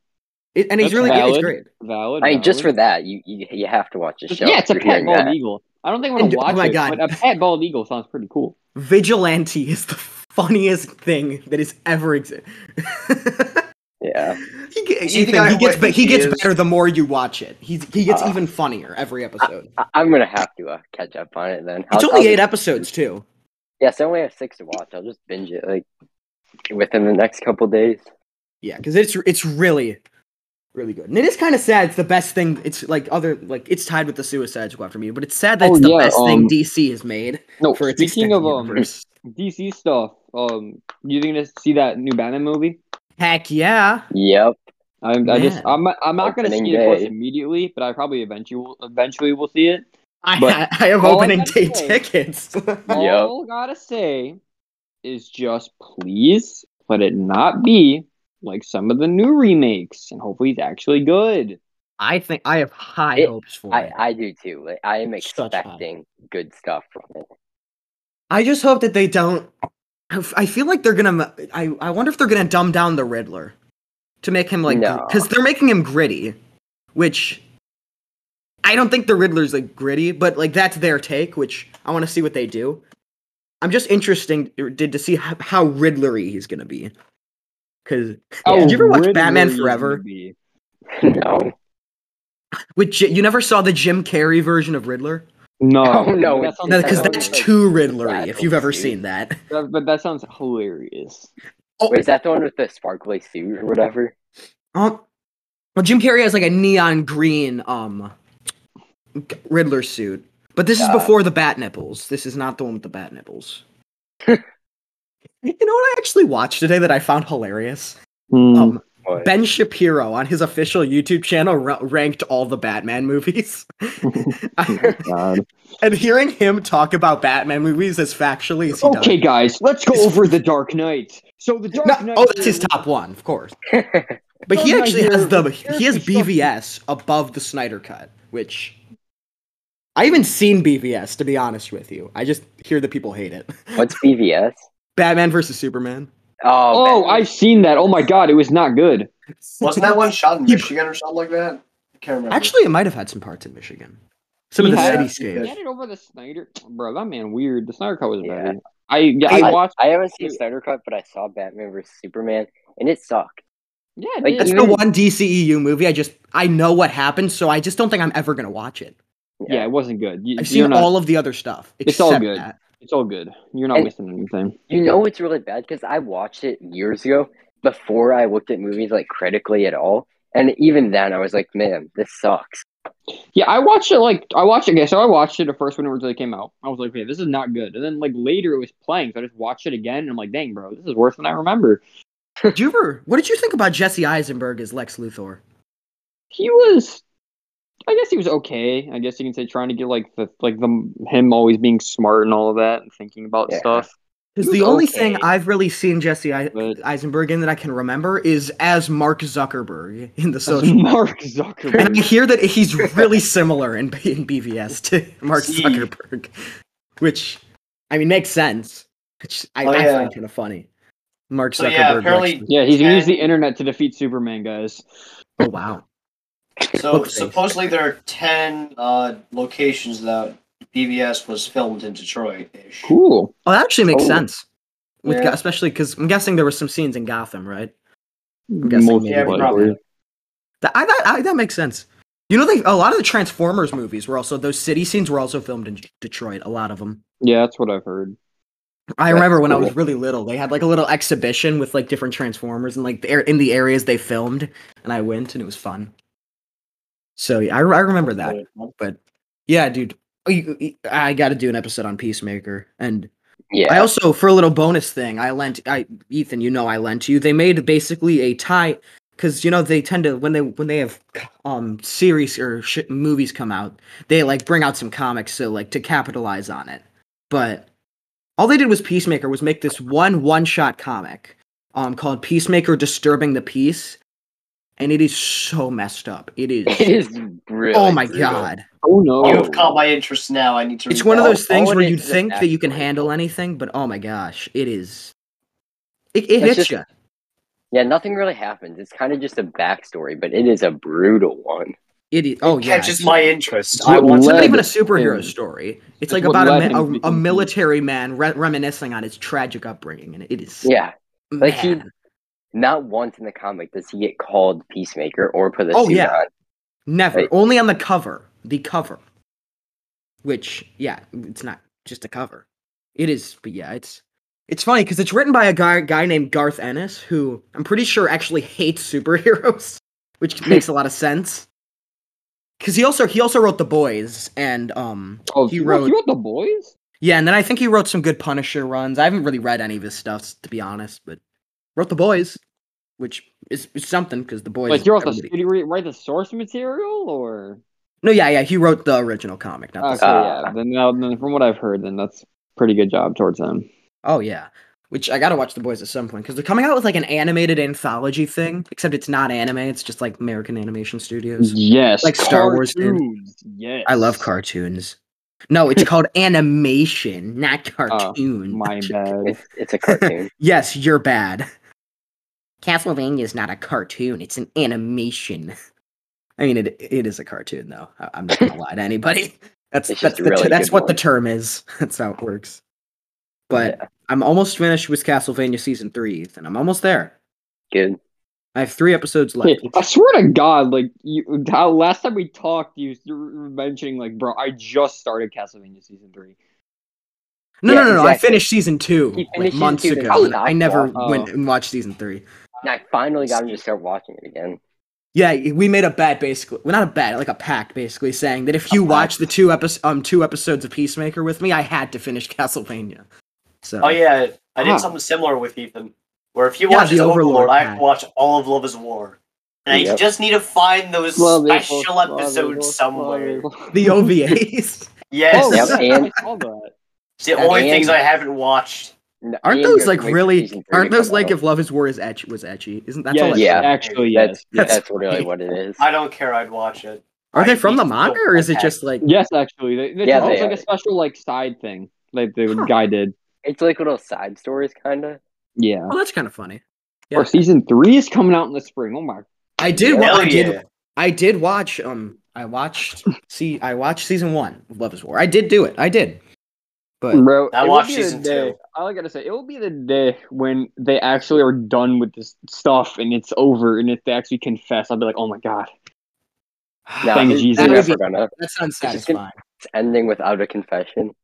Speaker 1: It, and he's
Speaker 2: That's
Speaker 1: really good. He's
Speaker 2: valid.
Speaker 1: great.
Speaker 2: Valid.
Speaker 3: I mean, just for
Speaker 2: valid.
Speaker 3: that, you you, you have to watch the show.
Speaker 2: Oh, yeah, it's a
Speaker 3: after
Speaker 2: pet
Speaker 3: hearing
Speaker 2: bald
Speaker 3: that.
Speaker 2: eagle. I don't think I'm
Speaker 1: And-
Speaker 2: gonna
Speaker 1: oh
Speaker 2: watch
Speaker 1: my
Speaker 2: it,
Speaker 1: God.
Speaker 2: but a pet bald eagle sounds pretty cool.
Speaker 1: Vigilante is the funniest thing that has ever existed.
Speaker 3: Yeah.
Speaker 1: He, ge-
Speaker 4: Is he the
Speaker 1: Ethan,
Speaker 4: guy
Speaker 1: he
Speaker 4: who
Speaker 1: gets
Speaker 4: I
Speaker 1: be-
Speaker 4: think
Speaker 1: he
Speaker 4: he
Speaker 1: gets
Speaker 4: is?
Speaker 1: better the more you watch it. He's, he gets
Speaker 3: Ah.
Speaker 1: even funnier every episode.
Speaker 3: I, I'm gonna have to uh, catch up on it then.
Speaker 1: it's
Speaker 3: I'll-
Speaker 1: only
Speaker 3: I'll
Speaker 1: eight
Speaker 3: just-
Speaker 1: episodes too.
Speaker 3: Yes, I only have six to watch. I'll just binge it like within the next couple days.
Speaker 1: Yeah, because it's it's really really good, and it is kind of sad. It's the best thing. It's like other like it's tied with the Suicide Squad for me, but it's sad that
Speaker 2: Oh,
Speaker 1: it's the
Speaker 2: yeah,
Speaker 1: best
Speaker 2: um,
Speaker 1: thing DC has made
Speaker 2: No,
Speaker 1: for its
Speaker 2: speaking
Speaker 1: extended
Speaker 2: of um,
Speaker 1: universe.
Speaker 2: DC stuff, um, you think to see that new Batman movie?
Speaker 1: Heck yeah!
Speaker 3: Yep.
Speaker 2: I, I
Speaker 1: Man.
Speaker 2: just I'm I'm not gonna
Speaker 3: Opening
Speaker 2: see it of course,
Speaker 3: day.
Speaker 2: immediately, but I probably eventually will- eventually will see it.
Speaker 1: I
Speaker 2: But-
Speaker 1: ha- I have
Speaker 2: Oh, I
Speaker 1: opening
Speaker 2: gotta
Speaker 1: day
Speaker 2: say-
Speaker 1: tickets.
Speaker 3: Yep.
Speaker 2: All gotta say is just please let it not be like some of the new remakes, and hopefully it's actually good.
Speaker 1: I think I have high
Speaker 3: It-
Speaker 1: hopes for
Speaker 3: I,
Speaker 1: it.
Speaker 3: I do too. Like, I am
Speaker 1: Such high.
Speaker 3: expecting good stuff from it.
Speaker 1: I just hope that they don't. I f- I feel like they're gonna. I, I wonder if they're gonna dumb down the Riddler to make him like
Speaker 3: No.
Speaker 1: because they're making him gritty, which I don't think the Riddler's like gritty, but like that's their take, which I want to see what they do. I'm just interesting er, did to see how, how Riddlery he's gonna be. Cause Oh, did you ever watch
Speaker 2: Riddler
Speaker 1: Batman
Speaker 2: you
Speaker 1: Forever?
Speaker 2: be.
Speaker 3: no.
Speaker 1: With J- you never saw the Jim Carrey version of Riddler,
Speaker 2: No,
Speaker 3: Oh, no,
Speaker 2: that
Speaker 3: it
Speaker 2: sounds-
Speaker 1: no,
Speaker 3: didn't.
Speaker 1: because
Speaker 3: I
Speaker 2: that
Speaker 1: that's
Speaker 2: sounds-
Speaker 1: too Riddlery. If you've ever
Speaker 3: Dude.
Speaker 1: seen that,
Speaker 2: that- but that sounds hilarious.
Speaker 1: oh,
Speaker 3: Wait, is that the one with the sparkly suit or whatever?
Speaker 1: Um, well, Jim Carrey has like a neon green um g- Riddler suit, but this is
Speaker 3: Yeah.
Speaker 1: before the bat nipples. This is not the one with the bat nipples. you know what I actually watched today that I found hilarious?
Speaker 2: Hmm.
Speaker 1: Um,
Speaker 3: What?
Speaker 1: Ben Shapiro on his official YouTube channel ra- ranked all the Batman movies. I-
Speaker 2: God.
Speaker 1: and hearing him talk about Batman movies as factually as he
Speaker 2: Okay,
Speaker 1: does.
Speaker 2: guys, let's go over the Dark Knight. So the Dark
Speaker 1: No,
Speaker 2: Knight.
Speaker 1: oh, that's his top one, of course. But he
Speaker 2: Oh my
Speaker 1: actually has
Speaker 2: dear,
Speaker 1: the he has
Speaker 2: character
Speaker 1: BVS above the Snyder cut, which I haven't seen BVS to be honest with you. I just hear that people hate it.
Speaker 3: What's BVS?
Speaker 1: Batman versus Superman.
Speaker 3: Oh,
Speaker 2: Oh, I've seen that. Oh my God, it was not good.
Speaker 4: Wasn't that one shot in
Speaker 1: He-
Speaker 4: Michigan or something like that? I can't remember.
Speaker 1: Actually, it might have had some parts in Michigan. Some of the
Speaker 2: Yeah,
Speaker 1: cityscape.
Speaker 4: yeah.
Speaker 2: Get it over the Snyder, bro. That man weird. The Snyder cut was
Speaker 3: Yeah.
Speaker 2: better. I yeah, I,
Speaker 3: I-
Speaker 2: watched.
Speaker 3: I haven't seen Snyder Cut, but I saw Batman vs Superman, and it sucked.
Speaker 2: Yeah,
Speaker 3: like,
Speaker 2: dude.
Speaker 1: That's the
Speaker 3: even-
Speaker 1: one DCEU movie I just I know what happened, so I just don't think I'm ever gonna watch it.
Speaker 2: yeah, it wasn't good. You,
Speaker 1: I've
Speaker 2: you're
Speaker 1: seen
Speaker 2: not,
Speaker 1: all of the other stuff.
Speaker 2: It's all
Speaker 1: except
Speaker 2: good.
Speaker 1: that.
Speaker 2: It's all good. You're not
Speaker 3: And-
Speaker 2: wasting anything.
Speaker 3: You know it's really bad because I watched it years ago before I looked at movies like critically at all, and even then I was like, man, this sucks.
Speaker 2: Yeah, I watched it like I watched it. Okay, so I watched it the first when it originally came out. I was like, okay, this is not good. And then like later it was playing, so I just watched it again, and I'm like, dang, bro, this is worse than I remember.
Speaker 1: Did you ever what did you think about Jesse Eisenberg as Lex Luthor?
Speaker 2: He was. I guess he was okay. I guess you can say trying to get like the like the him always being smart and all of that and thinking about
Speaker 3: Yeah.
Speaker 2: stuff.
Speaker 1: Because
Speaker 2: It
Speaker 1: the
Speaker 2: was
Speaker 1: only
Speaker 2: okay.
Speaker 1: thing I've really seen Jesse I-
Speaker 2: But-
Speaker 1: Eisenberg in that I can remember is as Mark Zuckerberg in the
Speaker 2: So
Speaker 1: social.
Speaker 2: Mark Zuckerberg.
Speaker 1: and I hear that he's really similar in, B- in BVS to Mark
Speaker 4: See.
Speaker 1: Zuckerberg, which I mean makes sense. Which I,
Speaker 4: Oh,
Speaker 1: I
Speaker 4: yeah.
Speaker 1: find kind of funny. Mark Zuckerberg.
Speaker 4: So, yeah, apparently-
Speaker 1: actually-
Speaker 2: Yeah, he's gonna use
Speaker 4: And-
Speaker 2: the internet to defeat Superman, guys.
Speaker 1: Oh wow.
Speaker 4: so
Speaker 1: okay.
Speaker 4: supposedly there are ten uh, locations that BVS was filmed in Detroit.
Speaker 2: Cool.
Speaker 1: Well, that actually makes
Speaker 3: Oh.
Speaker 1: sense. With
Speaker 4: Yeah.
Speaker 1: Go- especially because I'm guessing there were some scenes in Gotham, right? guessing
Speaker 2: Most
Speaker 1: maybe. Yeah,
Speaker 2: likely.
Speaker 4: probably.
Speaker 1: That I, that, I, that makes sense. You know, they, a lot of the Transformers movies were also those city scenes were also filmed in J- Detroit. A lot of them.
Speaker 2: Yeah, that's what I've heard.
Speaker 1: I
Speaker 3: That's
Speaker 1: remember when I
Speaker 3: cool.
Speaker 1: was really little, they had like a little exhibition with like different Transformers and like the air in the areas they filmed, and I went and it was fun. So yeah, I, I remember that. But yeah, dude, Oh, you- you- I got to do an episode on Peacemaker, and
Speaker 3: Yeah.
Speaker 1: I also, for a little bonus thing, I lent I Ethan, you know, I lent you. They made basically a tie because you know they tend to when they when they have um series or sh- movies come out, they like bring out some comics so like to capitalize on it. But all they did was Peacemaker was make this one one shot comic um called Peacemaker Disturbing the Peace, and it is so messed up. It is.
Speaker 3: it is really.
Speaker 1: oh my
Speaker 3: brutal.
Speaker 1: god.
Speaker 2: Oh no!
Speaker 4: You've caught my interest now. I need to.
Speaker 1: It's
Speaker 4: read
Speaker 1: one of
Speaker 4: that.
Speaker 1: those things
Speaker 3: all
Speaker 1: where
Speaker 3: it
Speaker 1: you
Speaker 3: is is
Speaker 1: think that you can
Speaker 3: actually-
Speaker 1: handle anything, but oh my gosh, it is. It, it
Speaker 3: It's
Speaker 1: hits
Speaker 3: just-
Speaker 1: you.
Speaker 3: Yeah, nothing really happens. It's kind of just a backstory, but it is a brutal one.
Speaker 1: It is. Oh yeah.
Speaker 4: catches
Speaker 1: it's-
Speaker 4: my interest.
Speaker 2: It's
Speaker 4: I
Speaker 2: what
Speaker 4: want
Speaker 1: It's not
Speaker 2: led
Speaker 1: even a
Speaker 2: him.
Speaker 1: superhero story. It's
Speaker 2: It's
Speaker 1: like
Speaker 2: what
Speaker 1: about
Speaker 2: led
Speaker 1: a, ma-
Speaker 2: him to
Speaker 1: a, a
Speaker 2: be-
Speaker 1: military man re- reminiscing on his tragic upbringing, and it is.
Speaker 3: Yeah, like he.
Speaker 1: mad.
Speaker 3: Not once in the comic does he get called Peacemaker or put a
Speaker 1: Oh,
Speaker 3: suit
Speaker 1: yeah.
Speaker 3: on.
Speaker 1: never
Speaker 3: like-
Speaker 1: only on the cover, the cover. Which yeah, it's not just a cover. It is, but yeah, it's it's funny because it's written by a guy guy named Garth Ennis, who I'm pretty sure actually hates superheroes, which makes a lot of sense. Because he also he also wrote The Boys and um
Speaker 2: Oh,
Speaker 1: he
Speaker 2: you
Speaker 1: wrote
Speaker 2: you wrote the boys.
Speaker 1: Yeah, and then I think he wrote some good Punisher runs. I haven't really read any of his stuff to be honest, but wrote the boys, which is, is something because the boys.
Speaker 2: Like you wrote the
Speaker 1: everybody-
Speaker 2: did you re- write the source material or?
Speaker 1: no, yeah, yeah, he wrote the original comic. Not the
Speaker 2: Okay, yeah. Then, now- then from what I've heard, then that's pretty good job towards him.
Speaker 1: oh yeah, which I gotta watch the boys at some point because they're coming out with like an animated anthology thing, except it's not anime; it's just like American Animation Studios.
Speaker 3: Mm-hmm.
Speaker 2: Yes,
Speaker 1: Like Star Wars did.
Speaker 2: cartoons, Yes,
Speaker 1: I love cartoons. No, it's called animation, not
Speaker 3: Oh,
Speaker 1: cartoon.
Speaker 2: My bad.
Speaker 3: It's, it's a cartoon.
Speaker 1: Yes, you're bad. Castlevania is not a cartoon; it's an animation. I mean, it it is a cartoon though. I- I'm not gonna lie to anybody. That's
Speaker 3: It's
Speaker 1: that's
Speaker 3: just a
Speaker 1: the,
Speaker 3: really
Speaker 1: that's
Speaker 3: good
Speaker 1: what the
Speaker 3: one.
Speaker 1: term is. That's how it works. But
Speaker 3: Yeah,
Speaker 1: I'm almost finished with Castlevania season three, Ethan. I'm almost there.
Speaker 3: good.
Speaker 1: I have three episodes
Speaker 2: Hey,
Speaker 1: left.
Speaker 2: I swear to God, like you, how, last time we talked, you, you were mentioning like, bro, I just started Castlevania season three.
Speaker 1: No,
Speaker 3: yeah,
Speaker 1: no, no, no. I
Speaker 3: exactly.
Speaker 1: finished season two
Speaker 3: He
Speaker 1: like
Speaker 3: finished season
Speaker 1: months
Speaker 3: two, then
Speaker 1: ago. and
Speaker 3: stopped
Speaker 1: I never
Speaker 2: watching.
Speaker 1: went
Speaker 2: Oh.
Speaker 1: and watched season three.
Speaker 3: And I finally got him to start watching it again.
Speaker 1: Yeah, we made a bet basically. Well, not a bet, like a pact basically, saying that if you
Speaker 3: pact.
Speaker 1: watch the two episodes, um, two episodes of Peacemaker with me, I had to finish Castlevania. So,
Speaker 4: Oh yeah, I did
Speaker 2: Huh.
Speaker 4: something similar with Ethan, where if you
Speaker 1: Yeah,
Speaker 4: watch
Speaker 1: the
Speaker 4: his Overlord,
Speaker 1: Overlord
Speaker 4: I have
Speaker 1: pack.
Speaker 4: to watch all of Love Is War. And I
Speaker 3: Yep.
Speaker 4: just need to find those
Speaker 2: Love it,
Speaker 4: special
Speaker 2: love it,
Speaker 4: episodes
Speaker 2: love it,
Speaker 4: somewhere.
Speaker 2: love it.
Speaker 1: the OVAs
Speaker 4: Yes,
Speaker 2: Oh,
Speaker 3: Yep,
Speaker 2: yeah, I
Speaker 3: and-
Speaker 2: saw that.
Speaker 4: it's the
Speaker 1: and-
Speaker 4: only things I haven't watched.
Speaker 3: N-
Speaker 1: aren't
Speaker 3: and
Speaker 1: those
Speaker 3: you're
Speaker 1: like
Speaker 3: waiting for
Speaker 1: really?
Speaker 3: season three
Speaker 1: Aren't
Speaker 3: to
Speaker 1: those
Speaker 3: come
Speaker 1: like
Speaker 3: out.
Speaker 1: if Love Is War is etch was etchy? Isn't that's all?
Speaker 2: Yes,
Speaker 1: I-
Speaker 3: Yeah.
Speaker 2: actually, yes.
Speaker 3: That's,
Speaker 1: Yes.
Speaker 3: that's really what it is.
Speaker 4: I don't care. I'd watch it.
Speaker 1: Are they
Speaker 4: I
Speaker 1: from
Speaker 4: need
Speaker 1: the
Speaker 4: to
Speaker 1: manga,
Speaker 4: fill
Speaker 1: or
Speaker 4: my
Speaker 1: is it
Speaker 4: pack.
Speaker 1: just like?
Speaker 2: Yes, actually, they, they,
Speaker 3: Yeah,
Speaker 2: it was
Speaker 3: they
Speaker 2: like
Speaker 3: are.
Speaker 2: a special like side thing like the
Speaker 1: Huh.
Speaker 2: guy did.
Speaker 3: It's like little side stories, kind of.
Speaker 2: Yeah.
Speaker 1: Oh, that's kind of funny. Yeah.
Speaker 2: Or season three is coming out in the spring. Oh my!
Speaker 1: I did. wa-
Speaker 4: Hell
Speaker 1: I did.
Speaker 4: yeah.
Speaker 1: I did watch. Um, I watched. See, I watched season one of Love Is War. I did do it. I did. But
Speaker 2: Bro, it
Speaker 4: I
Speaker 2: will
Speaker 4: watched
Speaker 2: be the
Speaker 4: season
Speaker 2: day-
Speaker 4: two.
Speaker 2: All I gotta say, it will be the day when they actually are done with this stuff and it's over, and if they actually confess, I'll be like, oh my god.
Speaker 3: No,
Speaker 2: Thank
Speaker 3: it's
Speaker 2: Jesus.
Speaker 3: never gonna.
Speaker 1: that's
Speaker 3: just gonna-
Speaker 1: unsatisfying.
Speaker 3: It's ending without a confession.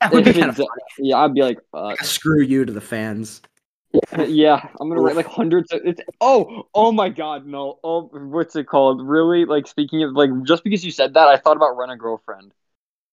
Speaker 1: That would be
Speaker 2: If
Speaker 1: kind of
Speaker 2: it's- Yeah, I'd be like, uh,
Speaker 1: screw you to the fans.
Speaker 2: yeah, I'm gonna write like hundreds of it's oh oh my god, no. Oh what's it called? Really? Like speaking of like just because you said that, I thought about Rent a Girlfriend.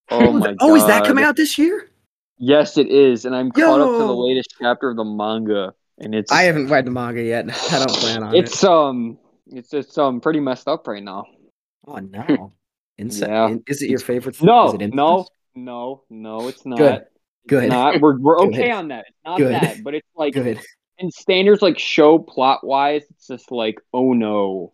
Speaker 2: Oh my god.
Speaker 1: is that coming out this year?
Speaker 2: Yes it is, and I'm caught up to
Speaker 1: Yo!
Speaker 2: the latest chapter of the manga and it's
Speaker 1: I haven't read the manga yet. I don't plan on
Speaker 2: it's um it's it's um pretty messed up right now.
Speaker 1: it. Oh no! Inse-
Speaker 2: Yeah.
Speaker 1: in- Is it your favorite?
Speaker 2: No,
Speaker 1: is it incest?
Speaker 2: no, no, no, it's not.
Speaker 1: Good,
Speaker 2: It's
Speaker 1: good.
Speaker 2: Not. We're we're
Speaker 1: Good.
Speaker 2: okay on that. It's not
Speaker 1: Good.
Speaker 2: that, but it's like
Speaker 1: Good.
Speaker 2: in standards like show plot wise, it's just like, oh no.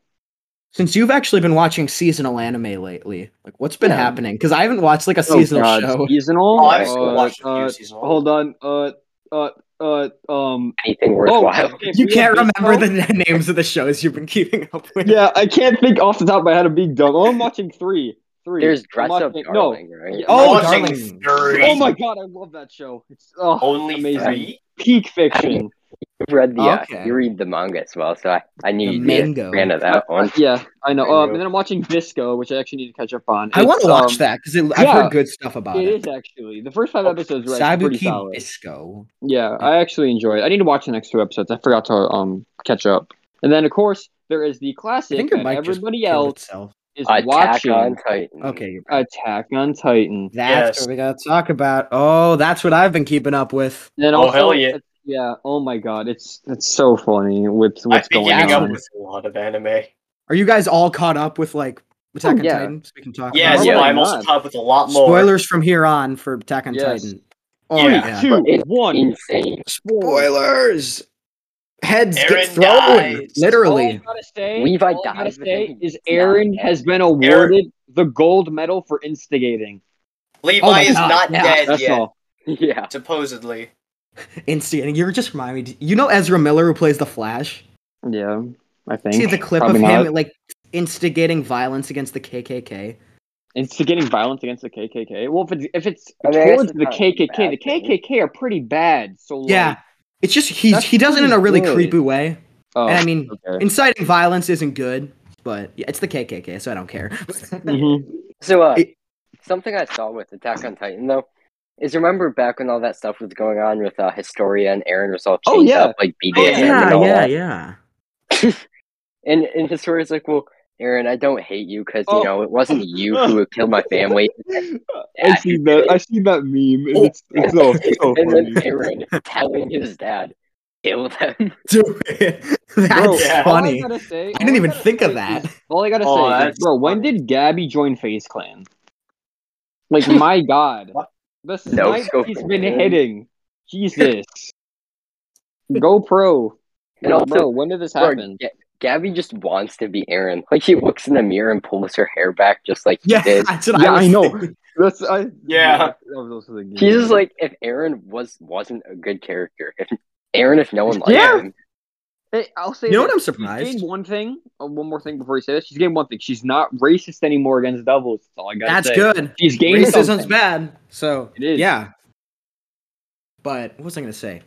Speaker 1: Since you've actually been watching seasonal anime lately, like what's been
Speaker 3: Yeah.
Speaker 1: happening? Because I haven't watched like a
Speaker 2: Oh,
Speaker 1: seasonal
Speaker 2: God,
Speaker 1: show.
Speaker 2: Seasonal?
Speaker 4: Oh, I've still
Speaker 2: Uh,
Speaker 4: watched a
Speaker 2: uh,
Speaker 4: few seasons.
Speaker 2: Hold on. Uh, uh, uh, um.
Speaker 3: Anything
Speaker 2: Oh,
Speaker 3: worthwhile.
Speaker 2: okay,
Speaker 1: You
Speaker 2: we have
Speaker 1: can't
Speaker 2: Big
Speaker 1: remember
Speaker 2: Dumb?
Speaker 1: the n- names of the shows you've been keeping up with.
Speaker 2: Yeah, I can't think off the top of my head of Big Dumb. Oh, I'm watching three. Three.
Speaker 3: There's
Speaker 2: I'm
Speaker 3: dress up,
Speaker 2: watching-
Speaker 3: darling. Right?
Speaker 2: Yeah.
Speaker 1: Oh, darling.
Speaker 4: watching three.
Speaker 2: No. Oh my God, I love that show. It's oh,
Speaker 4: Only
Speaker 2: amazing.
Speaker 4: three.
Speaker 2: Peak fiction.
Speaker 3: You read the. uh,
Speaker 1: Okay.
Speaker 3: you read the manga as well, so I, I knew
Speaker 1: The
Speaker 3: you'd be a
Speaker 1: mango.
Speaker 3: fan of that one.
Speaker 2: Yeah, I know.
Speaker 3: There you
Speaker 2: Um,
Speaker 3: go.
Speaker 2: and then I'm watching Disco, which I actually need to catch up on.
Speaker 1: I want
Speaker 2: It's,
Speaker 1: to watch
Speaker 2: um,
Speaker 1: that because I've
Speaker 2: yeah.
Speaker 1: heard good stuff about
Speaker 2: It
Speaker 1: it. Oh,
Speaker 2: is actually the first five episodes were actually pretty
Speaker 1: Sabuki
Speaker 2: solid.
Speaker 1: Bisco.
Speaker 2: Yeah, I actually enjoyed. it. I need to watch the next two episodes. I forgot to um catch up. And then of course there is the
Speaker 1: I
Speaker 2: classic
Speaker 1: think your
Speaker 2: that
Speaker 1: mic just
Speaker 2: everybody
Speaker 1: killed
Speaker 2: else
Speaker 1: itself.
Speaker 2: is
Speaker 3: Attack
Speaker 2: watching
Speaker 3: on Titan.
Speaker 1: Okay, you're right.
Speaker 2: Attack on Titan.
Speaker 1: that's
Speaker 4: Yes.
Speaker 1: what we gotta talk about. Oh, that's what I've been keeping up with.
Speaker 2: Then
Speaker 4: Oh,
Speaker 2: also,
Speaker 4: hell yeah.
Speaker 2: it's- Yeah. Oh my god, it's it's so funny with
Speaker 4: I've
Speaker 2: what's
Speaker 4: been
Speaker 2: going
Speaker 4: keeping
Speaker 1: getting
Speaker 4: up
Speaker 2: on.
Speaker 4: with a lot of anime.
Speaker 1: Are you guys all caught up with like Attack on
Speaker 3: yeah.
Speaker 1: Titan? So we can talk.
Speaker 4: Yeah,
Speaker 1: about
Speaker 2: Oh
Speaker 1: it?
Speaker 4: so
Speaker 2: my
Speaker 4: I'm also
Speaker 2: God.
Speaker 4: caught up with a lot more.
Speaker 1: Spoilers from here on for Attack on
Speaker 2: Yes.
Speaker 1: Titan. Oh
Speaker 4: Yeah.
Speaker 1: yeah.
Speaker 2: Two,
Speaker 3: It's
Speaker 2: one.
Speaker 3: insane.
Speaker 1: Spoilers. Heads
Speaker 4: Aaron
Speaker 1: get thrown.
Speaker 4: dies.
Speaker 2: All I
Speaker 1: Literally.
Speaker 2: gotta say,
Speaker 3: Levi
Speaker 2: all I gotta
Speaker 3: dies, but
Speaker 2: say
Speaker 3: then he's
Speaker 2: is Aaron
Speaker 3: not
Speaker 2: has
Speaker 3: dead.
Speaker 2: been awarded the gold medal for instigating.
Speaker 4: Levi
Speaker 1: Oh my
Speaker 4: is
Speaker 1: God,
Speaker 4: not
Speaker 1: yeah,
Speaker 4: dead
Speaker 2: That's
Speaker 4: yet,
Speaker 2: all.
Speaker 3: Yeah.
Speaker 4: supposedly.
Speaker 2: Oh.
Speaker 1: Instigating. You were just reminding me. You know Ezra Miller who plays the Flash?
Speaker 2: Yeah, I think.
Speaker 1: See the clip
Speaker 2: Probably
Speaker 1: of him
Speaker 2: not.
Speaker 1: like instigating violence against the KKK.
Speaker 2: instigating violence against the KKK. Well, if it's if it's
Speaker 3: I mean, I guess
Speaker 2: towards
Speaker 3: it's
Speaker 2: the
Speaker 3: not a
Speaker 2: KKK, the
Speaker 3: bad thing.
Speaker 2: KKK are pretty bad. So
Speaker 1: Yeah.
Speaker 2: like,
Speaker 1: It's just he
Speaker 2: That's
Speaker 1: he does it in a
Speaker 2: pretty
Speaker 1: really
Speaker 2: good.
Speaker 1: creepy way.
Speaker 2: oh,
Speaker 1: And I mean,
Speaker 2: okay.
Speaker 1: Inciting violence isn't good, but yeah, it's the KKK, so I don't care.
Speaker 2: Mhm.
Speaker 3: So, uh,
Speaker 1: It-
Speaker 3: something I saw with Attack on Titan though is remember back when all that stuff was going on with uh, Historia and Aaron was all
Speaker 2: Oh,
Speaker 3: chained
Speaker 2: yeah.
Speaker 3: up like BDSM and all that.
Speaker 1: yeah.
Speaker 3: And and Historia's like, well, Aaron, I don't hate you because
Speaker 2: Oh.
Speaker 3: you know it wasn't you who killed my family.
Speaker 2: I see that. I see that meme. and It's, it's so, so
Speaker 3: and
Speaker 2: funny.
Speaker 3: then Aaron telling his dad, kill them.
Speaker 1: Do it. That's
Speaker 2: Bro,
Speaker 4: yeah.
Speaker 2: all
Speaker 1: funny.
Speaker 2: I, gotta say, all
Speaker 1: I didn't even
Speaker 2: gotta
Speaker 1: think of
Speaker 2: say
Speaker 1: that.
Speaker 2: is- all I gotta
Speaker 4: Oh,
Speaker 2: say, is,
Speaker 4: that's
Speaker 2: bro, when
Speaker 4: funny.
Speaker 2: did Gabby join Face Clan? Like, my God,
Speaker 4: What?
Speaker 2: the
Speaker 3: No
Speaker 2: snipe
Speaker 3: scope,
Speaker 2: he's been
Speaker 3: man.
Speaker 2: hitting, Jesus. Go pro,
Speaker 3: And also,
Speaker 2: bro. When did this
Speaker 3: Or
Speaker 2: happen?
Speaker 3: Ga- Gabby just wants to be Aaron. Like he looks in the mirror and pulls her hair back, just like he
Speaker 1: Yeah,
Speaker 3: did.
Speaker 1: that's what
Speaker 2: Yeah,
Speaker 1: I, was
Speaker 2: I know.
Speaker 1: thinking.
Speaker 2: That's I.
Speaker 4: Yeah.
Speaker 2: I was also thinking-
Speaker 3: He's just like if Aaron was wasn't a good character. If Aaron, if no one liked
Speaker 2: Yeah.
Speaker 3: him,
Speaker 2: Hey, I'll say
Speaker 1: You know what
Speaker 2: this.
Speaker 1: I'm
Speaker 2: She's
Speaker 1: surprised?
Speaker 2: gained one thing. uh, one more thing before you say this. She's gained one thing. She's not racist anymore against devils. That's all I got.
Speaker 1: That's good.
Speaker 2: She's gained
Speaker 1: Racism's
Speaker 2: something.
Speaker 1: bad. So
Speaker 2: It is.
Speaker 1: yeah. But what was I gonna say?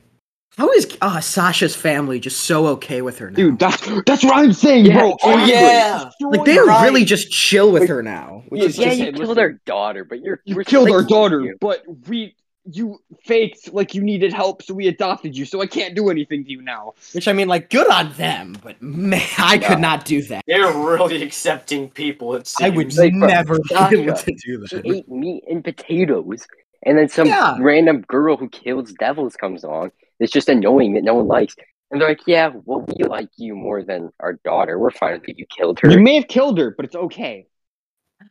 Speaker 1: How is uh, Sasha's family just so okay with her now?
Speaker 2: dude. That's that's what I'm saying,
Speaker 3: Yeah,
Speaker 2: bro.
Speaker 3: oh,
Speaker 2: Honestly.
Speaker 4: yeah.
Speaker 1: like they are
Speaker 4: Right.
Speaker 1: really just chill with her now. Which
Speaker 2: Yeah,
Speaker 1: is
Speaker 3: yeah,
Speaker 1: just,
Speaker 3: you
Speaker 2: listen,
Speaker 3: killed
Speaker 2: listen.
Speaker 3: our daughter, but you're
Speaker 2: You
Speaker 3: we're
Speaker 2: killed
Speaker 3: still
Speaker 2: our
Speaker 3: like,
Speaker 2: daughter,
Speaker 3: you.
Speaker 2: but we you faked like you needed help, so we adopted you. So I can't do anything to you now.
Speaker 1: which I mean, like good on them. But man, I
Speaker 3: Yeah.
Speaker 1: could not do that.
Speaker 4: They're really accepting people, it
Speaker 1: I
Speaker 4: seems.
Speaker 1: would
Speaker 3: Like, bro,
Speaker 1: never be able
Speaker 3: Sasha,
Speaker 1: to do
Speaker 3: She
Speaker 1: that.
Speaker 3: ate meat and potatoes, and then some
Speaker 1: Yeah.
Speaker 3: random girl who kills devils comes along. It's just annoying that no one likes, and they're like, "Yeah, well, we like you more than our daughter. We're fine with it. You killed her."
Speaker 2: You may have killed her, but it's okay.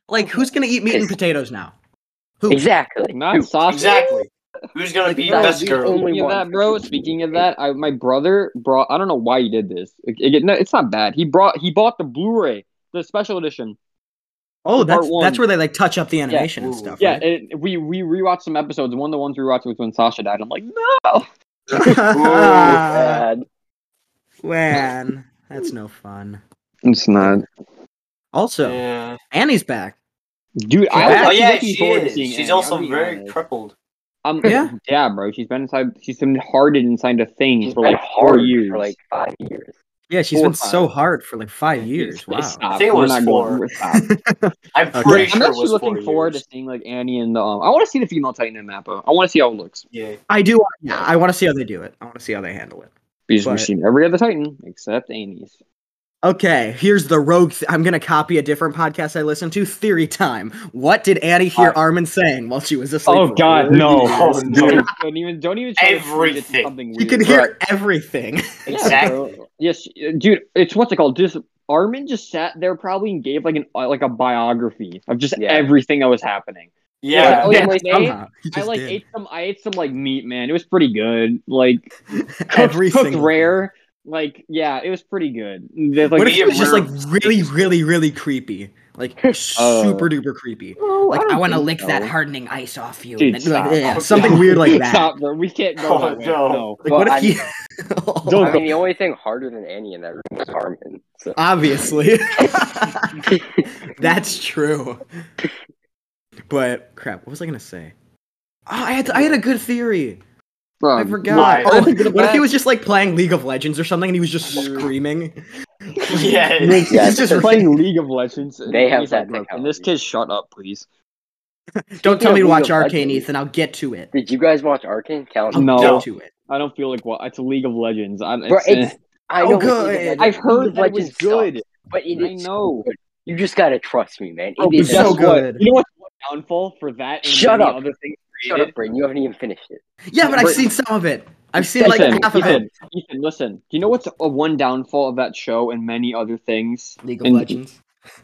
Speaker 1: Like, who's gonna eat meat and
Speaker 3: It's-
Speaker 1: potatoes now? Who?
Speaker 3: exactly.
Speaker 2: Not
Speaker 3: Who-
Speaker 2: sausage.
Speaker 4: Exactly. Who's gonna
Speaker 3: Like,
Speaker 4: be
Speaker 3: no,
Speaker 4: best
Speaker 3: the
Speaker 4: girl?
Speaker 3: only-
Speaker 2: Speaking of
Speaker 3: one.
Speaker 2: that, bro. Speaking of that, I, my brother brought. I don't know why he did this. It- it- no, it's not bad. He brought. He bought the Blu-ray, the special edition.
Speaker 1: Oh, that's
Speaker 2: Part one.
Speaker 1: that's where they like touch up the animation and
Speaker 4: Ooh.
Speaker 1: stuff.
Speaker 2: Yeah,
Speaker 1: right?
Speaker 2: and we we rewatched some episodes. and One of the ones we watched was when Sasha died. I'm like, no.
Speaker 1: Ah,
Speaker 3: Sad.
Speaker 1: Man, that's no fun.
Speaker 2: It's not,
Speaker 1: Also,
Speaker 4: Yeah.
Speaker 1: Annie's back.
Speaker 2: dude. I was
Speaker 1: Yeah.
Speaker 4: Oh
Speaker 2: actually
Speaker 4: yeah,
Speaker 2: looking
Speaker 4: she
Speaker 2: forward to
Speaker 4: is.
Speaker 2: seeing
Speaker 4: She's
Speaker 2: Annie, I'll
Speaker 4: also
Speaker 2: be
Speaker 4: very
Speaker 2: honest.
Speaker 4: crippled.
Speaker 2: Um, yeah,
Speaker 1: Yeah.
Speaker 2: bro. She's been inside. She's been harded inside of things
Speaker 3: She's
Speaker 2: for
Speaker 3: been
Speaker 2: like four
Speaker 3: hard
Speaker 2: years.
Speaker 3: for like five years.
Speaker 1: Yeah, she's
Speaker 2: Four
Speaker 1: been so hard for like five years. Wow.
Speaker 2: Stop.
Speaker 4: I think it
Speaker 2: We're
Speaker 4: was
Speaker 2: not
Speaker 4: four.
Speaker 2: going- we're- stop.
Speaker 4: I'm
Speaker 1: Okay.
Speaker 4: pretty
Speaker 2: I'm
Speaker 4: sure it
Speaker 2: actually
Speaker 4: was
Speaker 2: looking
Speaker 4: four
Speaker 2: forward
Speaker 4: years.
Speaker 2: to seeing like Annie and the. Um, I want to see the female Titan in Mappa. I want to see how it looks.
Speaker 4: Yeah.
Speaker 1: I do. Yeah, I want to see how they do it. I want to see how they handle it.
Speaker 2: Because
Speaker 1: But-
Speaker 2: we've seen every other Titan except Annie's.
Speaker 1: Okay, here's the rogue. Th- I'm gonna copy a different podcast I listen to. Theory time. What did Annie hear
Speaker 2: Alright.
Speaker 1: Armin saying while she was asleep?
Speaker 2: oh,
Speaker 1: for four
Speaker 4: no.
Speaker 1: years?
Speaker 4: no.
Speaker 2: Don't even. Don't even. Try to feed it to
Speaker 4: Everything.
Speaker 2: something
Speaker 1: She
Speaker 2: weird.
Speaker 1: can hear everything.
Speaker 4: Exactly.
Speaker 2: Yeah, bro. yes, dude. It's what's it called? Just Armin just sat there probably and gave like an uh, like a biography of just
Speaker 3: Yeah.
Speaker 2: everything that was happening.
Speaker 4: Yeah.
Speaker 2: Oh, yeah, like,
Speaker 1: somehow. He
Speaker 2: I
Speaker 1: just
Speaker 2: like
Speaker 1: did.
Speaker 2: ate some. I ate some like meat, man. It was pretty good. Like cooked,
Speaker 1: Every
Speaker 2: cooked
Speaker 1: single-
Speaker 2: rare. Like yeah, it was pretty good. There's,
Speaker 1: what if
Speaker 2: like,
Speaker 1: it
Speaker 4: medium
Speaker 1: was just
Speaker 4: rare
Speaker 1: like really, really, really creepy? Like super duper creepy.
Speaker 2: Oh,
Speaker 1: Like I, want to lick that hardening ice off you.
Speaker 2: Dude,
Speaker 1: and like,
Speaker 2: stop.
Speaker 1: yeah, something weird like that.
Speaker 2: Stop, bro. We can't go
Speaker 4: Oh,
Speaker 2: that way.
Speaker 4: no.
Speaker 2: No.
Speaker 1: Like
Speaker 3: Well,
Speaker 1: what if
Speaker 3: I
Speaker 1: he?
Speaker 2: Don't-
Speaker 3: I mean, the only thing harder than Annie in that room was Armin. So.
Speaker 1: Obviously, that's true. But crap, what was I gonna say? Oh, I had I had a good theory. I
Speaker 2: Um,
Speaker 1: forgot.
Speaker 4: why?
Speaker 1: Oh,
Speaker 2: Get it
Speaker 1: what if he
Speaker 2: back.
Speaker 1: was just like playing League of Legends or something, and he was just screaming?
Speaker 2: oh,
Speaker 4: Yeah.
Speaker 3: Yeah,
Speaker 1: He's just
Speaker 2: They're playing League of Legends. and
Speaker 3: They have
Speaker 2: he's
Speaker 3: that
Speaker 2: "Look, Can this
Speaker 3: technology.
Speaker 2: kid shut up, please?
Speaker 1: Don't tell me to
Speaker 3: Speaking of
Speaker 1: watch
Speaker 3: League of
Speaker 1: Arcane,
Speaker 3: Legends,
Speaker 1: Ethan. I'll get to it.
Speaker 3: Did you guys watch Arcane? Calendar?
Speaker 1: I'll
Speaker 2: No.
Speaker 1: get to it.
Speaker 2: I don't feel like what it's League of Legends. I,
Speaker 3: Bro,
Speaker 2: it's, eh,
Speaker 3: it's, I
Speaker 1: Oh,
Speaker 3: know.
Speaker 1: good.
Speaker 3: League of Legends-
Speaker 2: I've heard
Speaker 3: League
Speaker 2: that
Speaker 3: of
Speaker 2: it was
Speaker 3: Legends sucks,
Speaker 2: good.
Speaker 3: but it
Speaker 2: I
Speaker 3: is
Speaker 2: know.
Speaker 3: good. You just gotta trust me, man. It
Speaker 2: Oh,
Speaker 3: is
Speaker 2: but guess
Speaker 1: so
Speaker 2: what?
Speaker 1: good.
Speaker 2: You know what's one downfall for that? And
Speaker 3: Shut
Speaker 2: many
Speaker 3: up.
Speaker 2: Other things
Speaker 3: Shut
Speaker 2: created?
Speaker 3: up, Brayden. You haven't even finished it.
Speaker 1: Yeah, but I've
Speaker 2: Wait.
Speaker 1: seen some of it. I've seen like
Speaker 2: Ethan,
Speaker 1: half of
Speaker 2: Ethan,
Speaker 1: it.
Speaker 2: Ethan, listen. Do you know what's a one downfall of that show and many other things?
Speaker 1: League
Speaker 2: of And- Legends.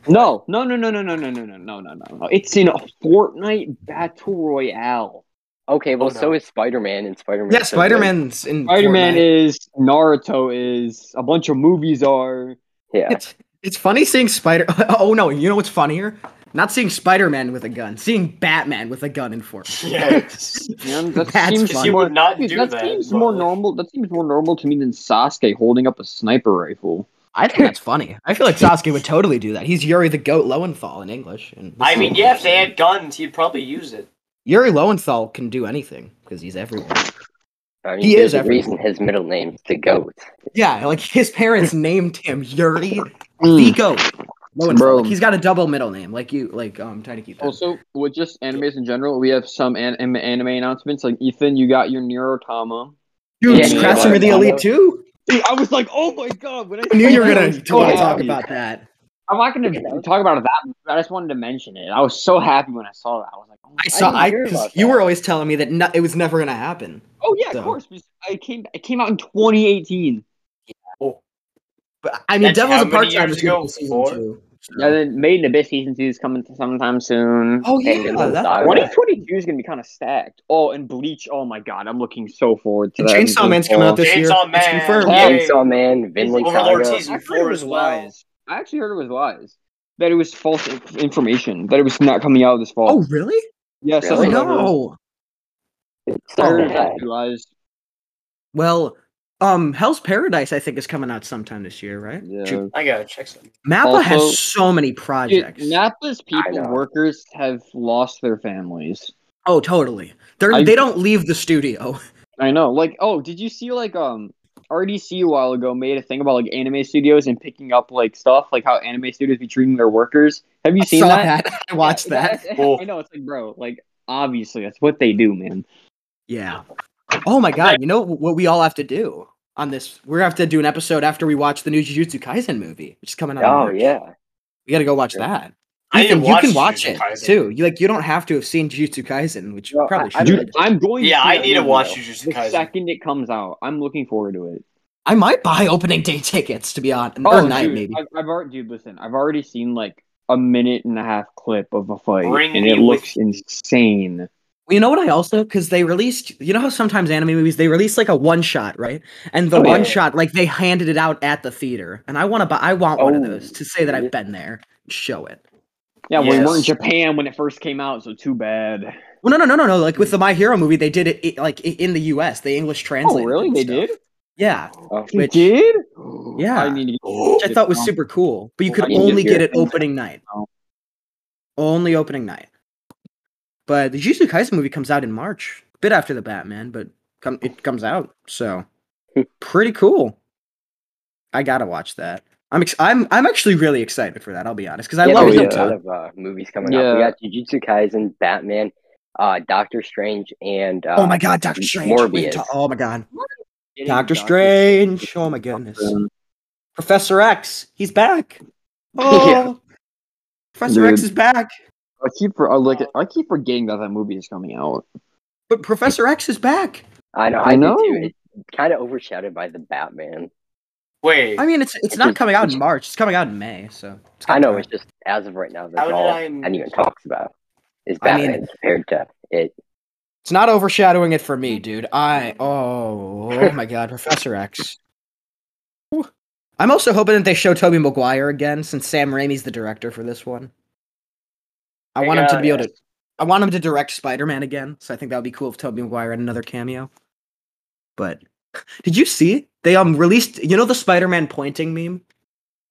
Speaker 2: No, no, no, no, no, no, no, no, no, no, no, no, no. It's in a Fortnite battle royale.
Speaker 3: Okay, well,
Speaker 1: Oh, no.
Speaker 3: so is Spider Man and Spider Man.
Speaker 1: Yeah, Spider Man's in
Speaker 2: Spider Man
Speaker 1: Fortnite.
Speaker 2: is Naruto is a bunch of movies are.
Speaker 3: Yeah.
Speaker 1: It's, it's funny seeing Spider. Oh no, you know what's funnier? Not seeing Spider Man with a gun, seeing Batman with a gun in Fortnite.
Speaker 4: Yes.
Speaker 2: Man, that
Speaker 1: That's
Speaker 2: seems
Speaker 1: fun.
Speaker 4: You
Speaker 2: more.
Speaker 4: would not do
Speaker 2: that,
Speaker 4: that,
Speaker 2: seems
Speaker 4: but-
Speaker 2: more normal. That seems more normal to me than Sasuke holding up a sniper rifle.
Speaker 1: I think that's funny. I feel like Sasuke would totally do that. He's Yuri the Goat Lowenthal in English. And
Speaker 4: I mean, yeah, if they had guns, he'd probably use it.
Speaker 1: Yuri Lowenthal can do anything because he's everywhere.
Speaker 3: I mean,
Speaker 1: He
Speaker 3: there's
Speaker 1: is
Speaker 3: a
Speaker 1: everywhere.
Speaker 3: reason his middle name's the goat.
Speaker 1: Yeah, like his parents named him Yuri the
Speaker 2: Mm.
Speaker 1: Goat. Lowenthal.
Speaker 2: Bro.
Speaker 1: Like, he's got a double middle name, like you, like um, Tiny Keith.
Speaker 2: Also, with just animes in general, we have some an- an- anime announcements. Like Ethan, you got your Neurotama.
Speaker 1: Dude,
Speaker 3: Yeah,
Speaker 1: yeah,
Speaker 3: yeah,
Speaker 1: Crasher the
Speaker 3: yeah.
Speaker 1: Elite too.
Speaker 2: I was like, oh my god! When I,
Speaker 1: I knew you were gonna
Speaker 2: to
Speaker 1: wanna talk about that.
Speaker 2: I'm not gonna talk about it that. much, but I just wanted to mention it. I was so happy when I saw that. I was like, oh, my-
Speaker 1: I saw.
Speaker 3: didn't
Speaker 1: I,
Speaker 3: hear
Speaker 1: 'cause
Speaker 3: about
Speaker 1: you
Speaker 3: that.
Speaker 1: were always telling me that no, it was never gonna happen.
Speaker 2: oh yeah,
Speaker 1: So-
Speaker 2: of course. because I came. It came out in 2018.
Speaker 1: But I mean,
Speaker 4: That's
Speaker 1: Devil's
Speaker 4: how
Speaker 1: a
Speaker 4: many
Speaker 1: part time
Speaker 4: years ago? Four?
Speaker 2: And then Made in Abyss season two is coming sometime soon.
Speaker 1: Oh yeah,
Speaker 3: Angel of
Speaker 1: that-
Speaker 3: Fire.
Speaker 2: 2022 is gonna be kind of stacked. Oh, and Bleach. Oh my god, I'm looking so forward to
Speaker 1: And
Speaker 2: that.
Speaker 1: Chainsaw Man's coming out this year.
Speaker 4: Chainsaw
Speaker 1: It's
Speaker 4: Man.
Speaker 1: confirmed.
Speaker 4: Yeah.
Speaker 3: Chainsaw Man, Vinland
Speaker 4: Overlord
Speaker 3: Saga.
Speaker 4: season
Speaker 2: I heard it
Speaker 4: four
Speaker 2: was
Speaker 4: as well.
Speaker 2: lies. I actually heard it was lies. That it was false in- information. That it was not coming out this fall.
Speaker 1: Oh really? Oh,
Speaker 2: yes, that's
Speaker 3: really?
Speaker 2: what I heard.
Speaker 1: No.
Speaker 2: I heard it was
Speaker 3: Okay.
Speaker 2: actually lies.
Speaker 1: Well, um, Hell's Paradise I think is coming out sometime this year, right?
Speaker 2: Yeah.
Speaker 4: I gotta check something.
Speaker 1: Mappa
Speaker 2: Also-
Speaker 1: has so many
Speaker 2: Dude,
Speaker 1: projects.
Speaker 2: Napa's people,
Speaker 3: know.
Speaker 2: workers have lost their families.
Speaker 1: oh, totally. They're
Speaker 2: I-
Speaker 1: they don't leave the studio.
Speaker 2: I know. Like, oh, did you see like um RDC a while ago made a thing about like anime studios and picking up like stuff like how anime studios be treating their workers? Have you
Speaker 1: I
Speaker 2: seen
Speaker 1: saw
Speaker 2: that?
Speaker 1: that. I watched
Speaker 2: Yeah,
Speaker 1: that.
Speaker 2: that's-
Speaker 4: Cool.
Speaker 2: I know. It's like, bro, like obviously that's what they do, man.
Speaker 1: Yeah. Oh my god, you know what we all have to do on this? We're gonna have to do an episode after we watch the new Jujutsu Kaisen movie, which is coming out. in
Speaker 3: Oh
Speaker 1: March.
Speaker 3: yeah.
Speaker 1: We gotta go watch
Speaker 3: Yeah.
Speaker 1: that.
Speaker 4: I
Speaker 1: Ethan,
Speaker 4: didn't
Speaker 1: you
Speaker 4: watch
Speaker 1: can watch
Speaker 4: Jujutsu
Speaker 1: it
Speaker 4: Kaisen.
Speaker 1: too. You like you don't have to have seen Jujutsu Kaisen, which you
Speaker 3: No,
Speaker 1: probably
Speaker 3: I- I
Speaker 1: should.
Speaker 2: Dude, I'm going. to
Speaker 4: Yeah,
Speaker 2: see
Speaker 4: I
Speaker 2: that
Speaker 4: need to
Speaker 2: movie,
Speaker 4: watch
Speaker 2: though.
Speaker 4: Jujutsu
Speaker 2: the
Speaker 4: Kaisen.
Speaker 2: second it comes out. I'm looking forward to it. Oh,
Speaker 1: I might buy opening day tickets to be on or night
Speaker 2: dude,
Speaker 1: maybe.
Speaker 2: I've, I've already, dude. Listen, I've already seen like a minute and a half clip of a fight,
Speaker 4: Bring
Speaker 2: and
Speaker 4: me
Speaker 2: it looks
Speaker 4: with-
Speaker 2: insane.
Speaker 1: You know what I also because they released you know how sometimes anime movies they release like a one shot right and the
Speaker 3: Oh,
Speaker 1: one
Speaker 3: yeah.
Speaker 1: shot like they handed it out at the theater and I want to buy I want one of
Speaker 3: Oh,
Speaker 1: those to say that
Speaker 3: yeah.
Speaker 1: I've been there show it.
Speaker 2: Yeah, we were in
Speaker 4: Yes.
Speaker 2: Japan when it first came out, so too bad.
Speaker 1: Well, no, no, no, no, no. Like with the My Hero movie, they did it, it like i- in the U.S. They English translated.
Speaker 2: Oh, really?
Speaker 1: and
Speaker 2: They
Speaker 1: stuff.
Speaker 2: did?
Speaker 1: Yeah,
Speaker 3: Oh,
Speaker 2: They
Speaker 1: Which-
Speaker 2: did?
Speaker 1: Yeah.
Speaker 2: I need to
Speaker 1: which I thought was super cool. But you could
Speaker 2: I need to
Speaker 1: only
Speaker 2: hear
Speaker 1: get it
Speaker 2: things
Speaker 1: opening night.
Speaker 2: now.
Speaker 1: Only opening night. But the Jujutsu Kaisen movie comes out in March, a bit after the Batman, but come it comes out. So pretty cool. I gotta watch that. I'm ex- I'm I'm actually really excited for that. I'll be honest, because I
Speaker 3: yeah,
Speaker 1: love
Speaker 3: there's
Speaker 2: yeah.
Speaker 1: Naruto.
Speaker 3: a ton of uh, movies coming up. We
Speaker 2: Yeah.
Speaker 3: got Jujutsu Kaisen, Batman, uh, Doctor Strange, and uh,
Speaker 1: Oh my God, Doctor Strange. We've
Speaker 3: Morbius.
Speaker 1: ta- oh my God,
Speaker 2: Getting
Speaker 1: Doctor Strange. Oh my goodness.
Speaker 2: Strange.
Speaker 1: Professor X, he's back.
Speaker 3: Yeah.
Speaker 1: Oh, Professor X
Speaker 2: Dude.
Speaker 1: is back.
Speaker 2: I keep for, I look at- I keep forgetting that that movie is coming out.
Speaker 1: But Professor X is back.
Speaker 3: I know.
Speaker 2: I
Speaker 3: I, know.
Speaker 2: know.
Speaker 3: Do too. It's kind of overshadowed by the Batman.
Speaker 4: Wait,
Speaker 1: I mean, it's it's not coming out in March. It's coming out in May. So it's got
Speaker 3: I know.
Speaker 1: time.
Speaker 3: It's just as of right now, that's
Speaker 4: How did
Speaker 3: all
Speaker 4: I miss-
Speaker 3: anyone talks about is
Speaker 1: I mean-
Speaker 3: Batman compared to it.
Speaker 1: It's not overshadowing it for me, dude. I oh oh my god, Professor X. Whew. I'm also hoping that they show Toby Maguire again, since Sam Raimi's the director for this one. I
Speaker 4: Hey,
Speaker 1: want him to
Speaker 4: uh,
Speaker 1: be able to. I want him to direct Spider-Man again, so I think that would be cool if Toby Maguire had another cameo. But did you see they um released? You know the Spider-Man pointing meme.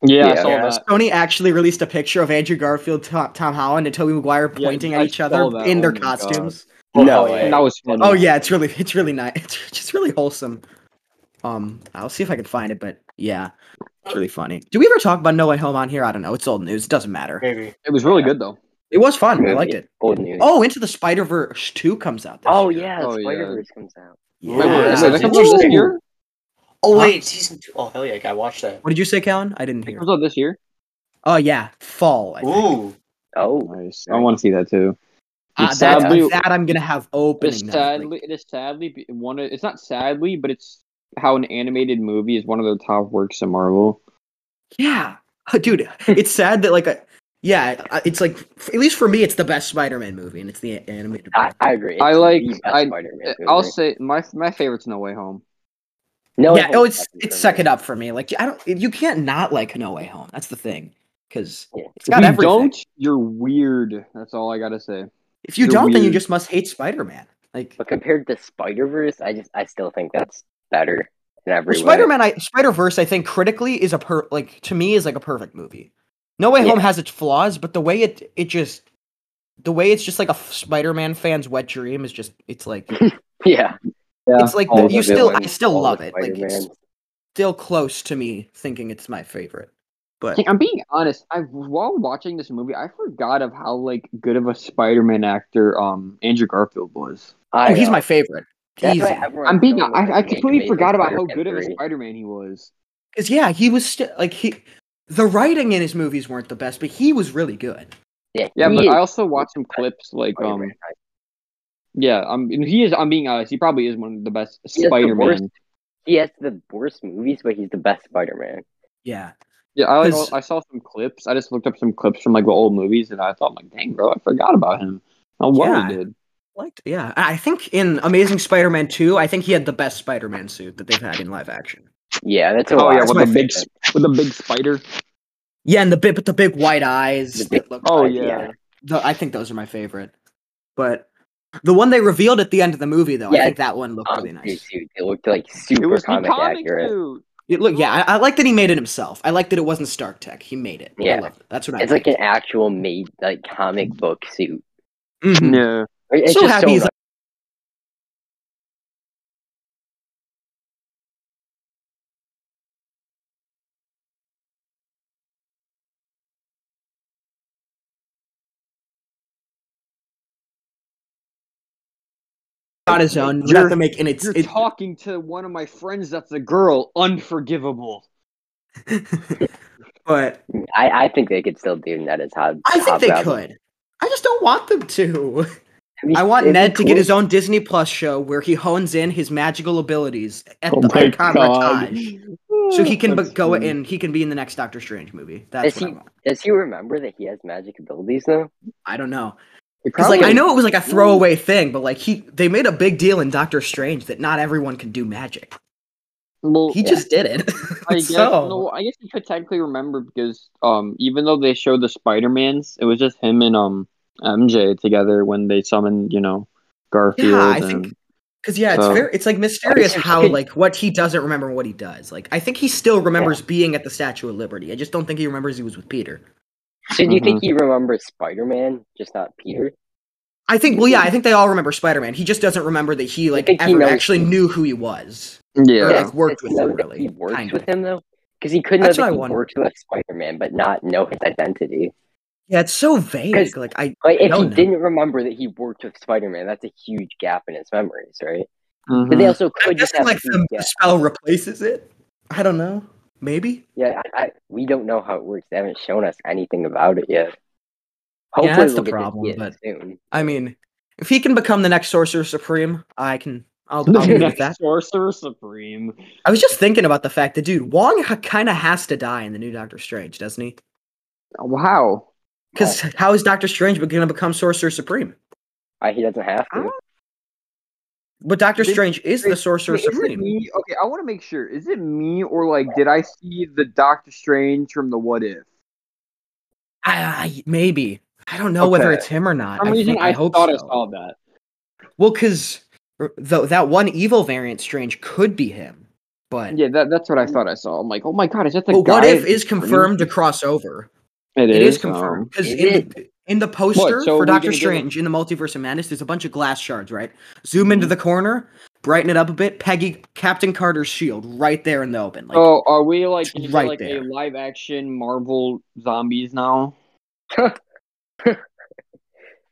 Speaker 2: Yeah, I
Speaker 3: Yeah.
Speaker 2: saw
Speaker 4: Yeah.
Speaker 2: that.
Speaker 1: Sony actually released a picture of Andrew Garfield, Tom, Tom Holland, and Toby Maguire
Speaker 2: Yeah,
Speaker 1: pointing
Speaker 2: I
Speaker 1: at each
Speaker 2: saw
Speaker 1: other
Speaker 2: that.
Speaker 1: in
Speaker 2: Oh
Speaker 1: their
Speaker 2: my God.
Speaker 1: costumes.
Speaker 3: No
Speaker 4: Oh,
Speaker 3: way.
Speaker 2: That was funny.
Speaker 1: Oh yeah, it's really it's really nice. It's just really wholesome. Um, I'll see if I can find it, but yeah, it's really funny. Do we ever talk about No Way Home on here? I don't know. It's old news. Doesn't matter.
Speaker 4: maybe.
Speaker 2: it was really good though.
Speaker 1: It was fun. I liked it.
Speaker 3: Old news.
Speaker 1: Oh, Into the Spider Verse two comes out. This
Speaker 3: Oh,
Speaker 1: year.
Speaker 3: yeah,
Speaker 2: Oh, yeah.
Speaker 3: Spider Verse comes out.
Speaker 1: yeah.
Speaker 2: Wait, wait,
Speaker 4: Yeah.
Speaker 2: wait, that comes out this
Speaker 1: Ooh.
Speaker 2: year?
Speaker 4: Oh
Speaker 1: Huh?
Speaker 4: wait, season two. Oh hell yeah, I watched that.
Speaker 1: What did you say, Callan? I didn't
Speaker 2: That
Speaker 1: hear.
Speaker 2: comes out this year?
Speaker 1: Oh yeah, fall. I think.
Speaker 4: Ooh,
Speaker 3: Oh,
Speaker 2: Nice. I want to see that too.
Speaker 1: Ah,
Speaker 2: It's
Speaker 1: that's-
Speaker 2: sadly-
Speaker 1: that I'm gonna have
Speaker 2: It
Speaker 1: opening.
Speaker 2: is
Speaker 1: night,
Speaker 2: sadly,
Speaker 1: like-
Speaker 2: it is sadly be- one. Of, it's not sadly, but it's how an animated movie is one of the top works in Marvel.
Speaker 1: yeah, Uh, dude. It's sad that like, uh, yeah, uh, it's like f- at least for me, it's the best Spider-Man movie, and it's the a- animated.
Speaker 3: I,
Speaker 1: one.
Speaker 3: I agree.
Speaker 2: I
Speaker 3: It's
Speaker 2: like-
Speaker 3: the best
Speaker 2: I- uh,
Speaker 3: Spider-Man movie.
Speaker 2: I'll say my my favorite's No Way Home.
Speaker 3: no,
Speaker 1: yeah,
Speaker 3: Way
Speaker 1: oh,
Speaker 3: Home's
Speaker 1: it's
Speaker 3: second
Speaker 1: it's
Speaker 3: for me.
Speaker 1: second up for me. Like I don't, you can't not like No Way Home. That's the thing, because
Speaker 3: Yeah.
Speaker 1: it's got
Speaker 2: if you
Speaker 1: everything.
Speaker 2: don't, you're weird. That's all I gotta say.
Speaker 1: if you
Speaker 2: you're
Speaker 1: don't, then you
Speaker 2: weird.
Speaker 1: just must hate Spider-Man. Like
Speaker 3: But compared to Spider Verse, I just I still think that's better in every way.
Speaker 1: Spider Man, I Spider Verse, I think critically is a per like to me is like a perfect movie. No Way
Speaker 3: Yeah.
Speaker 1: Home has its flaws, but the way it it just the way it's just like a Spider Man fan's wet dream is just it's like
Speaker 3: Yeah,
Speaker 1: it's like
Speaker 3: all
Speaker 1: the,
Speaker 3: the
Speaker 1: you still I
Speaker 3: villains,
Speaker 1: still
Speaker 3: all the
Speaker 1: love it. Like it's
Speaker 3: Spider-Mans.
Speaker 1: still close to me thinking it's my favorite. But oh,
Speaker 2: Like, I'm being honest. I while watching this movie, I forgot of how like good of a Spider-Man actor um Andrew Garfield was.
Speaker 3: I
Speaker 1: oh, he's
Speaker 3: know.
Speaker 1: my favorite.
Speaker 3: That's
Speaker 1: Easy.
Speaker 3: why everyone's
Speaker 2: I'm being.
Speaker 3: going with,
Speaker 2: I, I
Speaker 3: like,
Speaker 2: completely
Speaker 3: Amazing
Speaker 2: forgot about how
Speaker 3: Spider-Man
Speaker 2: good of a
Speaker 3: three.
Speaker 2: Spider-Man he was.
Speaker 1: Cause yeah, he was still like he the writing in his movies weren't the best, but he was really good.
Speaker 3: Yeah,
Speaker 2: Yeah,
Speaker 3: he
Speaker 2: but
Speaker 3: is
Speaker 2: I um, also watched some clips like um.
Speaker 3: Spider-Man.
Speaker 2: Yeah, I'm. and He is. I'm being honest. He probably is one of the best
Speaker 3: He is the
Speaker 2: Spider
Speaker 3: worst.
Speaker 2: Man.
Speaker 3: He has the worst movies, but he's the best Spider Man.
Speaker 1: Yeah.
Speaker 2: Yeah, I like.
Speaker 1: His-
Speaker 2: I saw some clips. I just looked up some clips from like the old movies, and I thought, like, dang, bro, I forgot about him. No wonder
Speaker 1: Yeah.
Speaker 2: he did.
Speaker 1: Liked, yeah, I I think in Amazing Spider-Man 2, I think he had the best Spider-Man suit that they've had in live action.
Speaker 3: Yeah, that's a
Speaker 2: Oh
Speaker 3: lot.
Speaker 2: yeah,
Speaker 1: that's
Speaker 2: with
Speaker 1: my
Speaker 2: the big s- with the big spider.
Speaker 1: Yeah, and the big, but the big white eyes.
Speaker 3: The big-
Speaker 1: that look-
Speaker 2: Oh
Speaker 3: Uh,
Speaker 2: yeah.
Speaker 3: yeah.
Speaker 1: the- I think those are my favorite. But the one they revealed at the end of the movie, though, I
Speaker 3: Yeah.
Speaker 1: think that one looked really
Speaker 3: Um, dude,
Speaker 1: nice.
Speaker 3: dude, it looked like
Speaker 2: It
Speaker 3: super
Speaker 2: was the
Speaker 3: comic
Speaker 2: comic
Speaker 3: accurate.
Speaker 2: suit.
Speaker 1: It, look, yeah, I, I like that he made it himself. I like that it wasn't Stark Tech. He made it. I
Speaker 3: Yeah.
Speaker 1: love it. That's what I.
Speaker 3: It's like an actual made like comic
Speaker 2: Mm.
Speaker 3: book suit.
Speaker 1: an,
Speaker 2: Yeah.
Speaker 3: It's
Speaker 1: Mm-hmm. so
Speaker 3: just
Speaker 1: happy
Speaker 3: so
Speaker 1: he's
Speaker 3: nice.
Speaker 1: on his own. You
Speaker 2: You're-
Speaker 1: have to make, and it's
Speaker 2: You're
Speaker 1: it,
Speaker 2: talking to one of my friends. That's a girl. Unforgivable.
Speaker 1: but
Speaker 3: I, I think they could still do that as Hob.
Speaker 1: I think they
Speaker 3: Hobgoblin.
Speaker 1: could. I just don't want them to.
Speaker 3: It'd be-
Speaker 1: I want
Speaker 3: it'd be
Speaker 1: Ned to
Speaker 3: cool.
Speaker 1: get his own Disney Plus show where he hones in his magical abilities at
Speaker 2: Oh
Speaker 1: the
Speaker 2: my
Speaker 1: Icon
Speaker 2: God.
Speaker 1: Ratage, so he can
Speaker 2: That's
Speaker 1: be- go
Speaker 2: funny.
Speaker 1: in. He can be in the next Doctor Strange movie. That's what
Speaker 3: Is
Speaker 1: I
Speaker 3: he-
Speaker 1: want.
Speaker 3: Does he remember that he has magic abilities though?
Speaker 1: I don't know
Speaker 2: It
Speaker 1: because like I
Speaker 2: probably-
Speaker 1: know it was like a throwaway thing, but like he they made a big deal in Doctor Strange that not everyone can do magic.
Speaker 2: Well,
Speaker 1: He just did it.
Speaker 2: I guess,
Speaker 1: so
Speaker 2: no, I guess he could technically remember because um, even though they showed the Spider Mans, it was just him and um MJ together when they summoned, you know, Garfield.
Speaker 1: yeah, I
Speaker 2: and,
Speaker 1: think because yeah, it's
Speaker 2: so-
Speaker 1: very it's like mysterious
Speaker 3: think-
Speaker 1: how like what he doesn't remember and what he does. Like I think he still remembers being at the Statue of Liberty. I just don't think he remembers he was with Peter.
Speaker 3: So do you
Speaker 2: Mm-hmm.
Speaker 3: think he remembers Spider Man, just not Peter?
Speaker 1: I think. Well, yeah, I think they all remember Spider Man. He just doesn't remember that he like
Speaker 3: think he
Speaker 1: ever
Speaker 3: knows-
Speaker 1: actually knew who he was.
Speaker 2: Yeah.
Speaker 1: Or, like worked
Speaker 3: Does
Speaker 1: with
Speaker 3: he
Speaker 1: him
Speaker 3: know that
Speaker 1: really.
Speaker 3: He works
Speaker 1: kind of.
Speaker 3: with him though, because he could know
Speaker 1: That's what
Speaker 3: that
Speaker 1: I
Speaker 3: he
Speaker 1: wonder.
Speaker 3: works with Spider Man, but not know his identity.
Speaker 1: Yeah, it's so vague.
Speaker 3: 'Cause-
Speaker 1: Like I,
Speaker 3: Like if he
Speaker 1: don't know.
Speaker 3: didn't remember that he worked with Spider Man, that's a huge gap in his memories, right?
Speaker 2: Mhm.
Speaker 3: But they also
Speaker 1: I'm
Speaker 3: could just
Speaker 1: guessing
Speaker 3: have
Speaker 1: like
Speaker 3: a
Speaker 1: the
Speaker 3: huge gap.
Speaker 1: spell replaces it. I don't know. Maybe.
Speaker 3: Yeah, I, I, we don't know how it works. They haven't shown us anything about it yet. Hopefully,
Speaker 1: that's
Speaker 3: we'll
Speaker 1: the
Speaker 3: get
Speaker 1: problem,
Speaker 3: to see it
Speaker 1: but-
Speaker 3: soon.
Speaker 1: I mean, if he can become the next Sorcerer Supreme, I can. I'll,
Speaker 2: The
Speaker 1: I'll be with
Speaker 2: next
Speaker 1: that.
Speaker 2: Sorcerer Supreme.
Speaker 1: I was just thinking about the fact that dude Wong ha- kind of has to die in the new Doctor Strange, doesn't he?
Speaker 2: Wow.
Speaker 1: Because how is Doctor Strange going to become Sorcerer Supreme?
Speaker 3: I, he doesn't have
Speaker 2: I
Speaker 3: to.
Speaker 1: But Doctor
Speaker 2: Did-
Speaker 1: Strange is the
Speaker 2: wait,
Speaker 1: Sorcerer
Speaker 2: Wait, is it
Speaker 1: Supreme.
Speaker 2: me? Okay, I want to make sure. Is it me or like did I see the Doctor Strange from the What If?
Speaker 1: I, I- maybe. I don't know whether
Speaker 2: Okay.
Speaker 1: it's him or not.
Speaker 2: For some reason,
Speaker 1: think-
Speaker 2: I,
Speaker 1: hope
Speaker 2: thought I
Speaker 1: so.
Speaker 2: saw that.
Speaker 1: Well, because though that one evil variant strange could be him, but
Speaker 2: Yeah, that, that's what I thought I saw. I'm like, oh my god, is that the
Speaker 1: But
Speaker 2: guy?
Speaker 1: what if
Speaker 2: at the
Speaker 1: is confirmed to cross over?
Speaker 2: It
Speaker 1: it is,
Speaker 2: um,
Speaker 1: confirmed because
Speaker 3: Is
Speaker 1: in, the- in the poster
Speaker 2: so
Speaker 1: for
Speaker 2: we
Speaker 1: Doctor
Speaker 2: gonna get-
Speaker 1: Strange in the Multiverse of Madness, there's a bunch of glass shards. Right, zoom
Speaker 2: Mm-hmm.
Speaker 1: into the corner, brighten it up a bit. Peggy Captain Carter's shield right there in the open. Like,
Speaker 2: oh, are we like
Speaker 1: It's
Speaker 2: gonna
Speaker 1: right
Speaker 2: get, like
Speaker 1: there.
Speaker 2: a live action Marvel zombies now?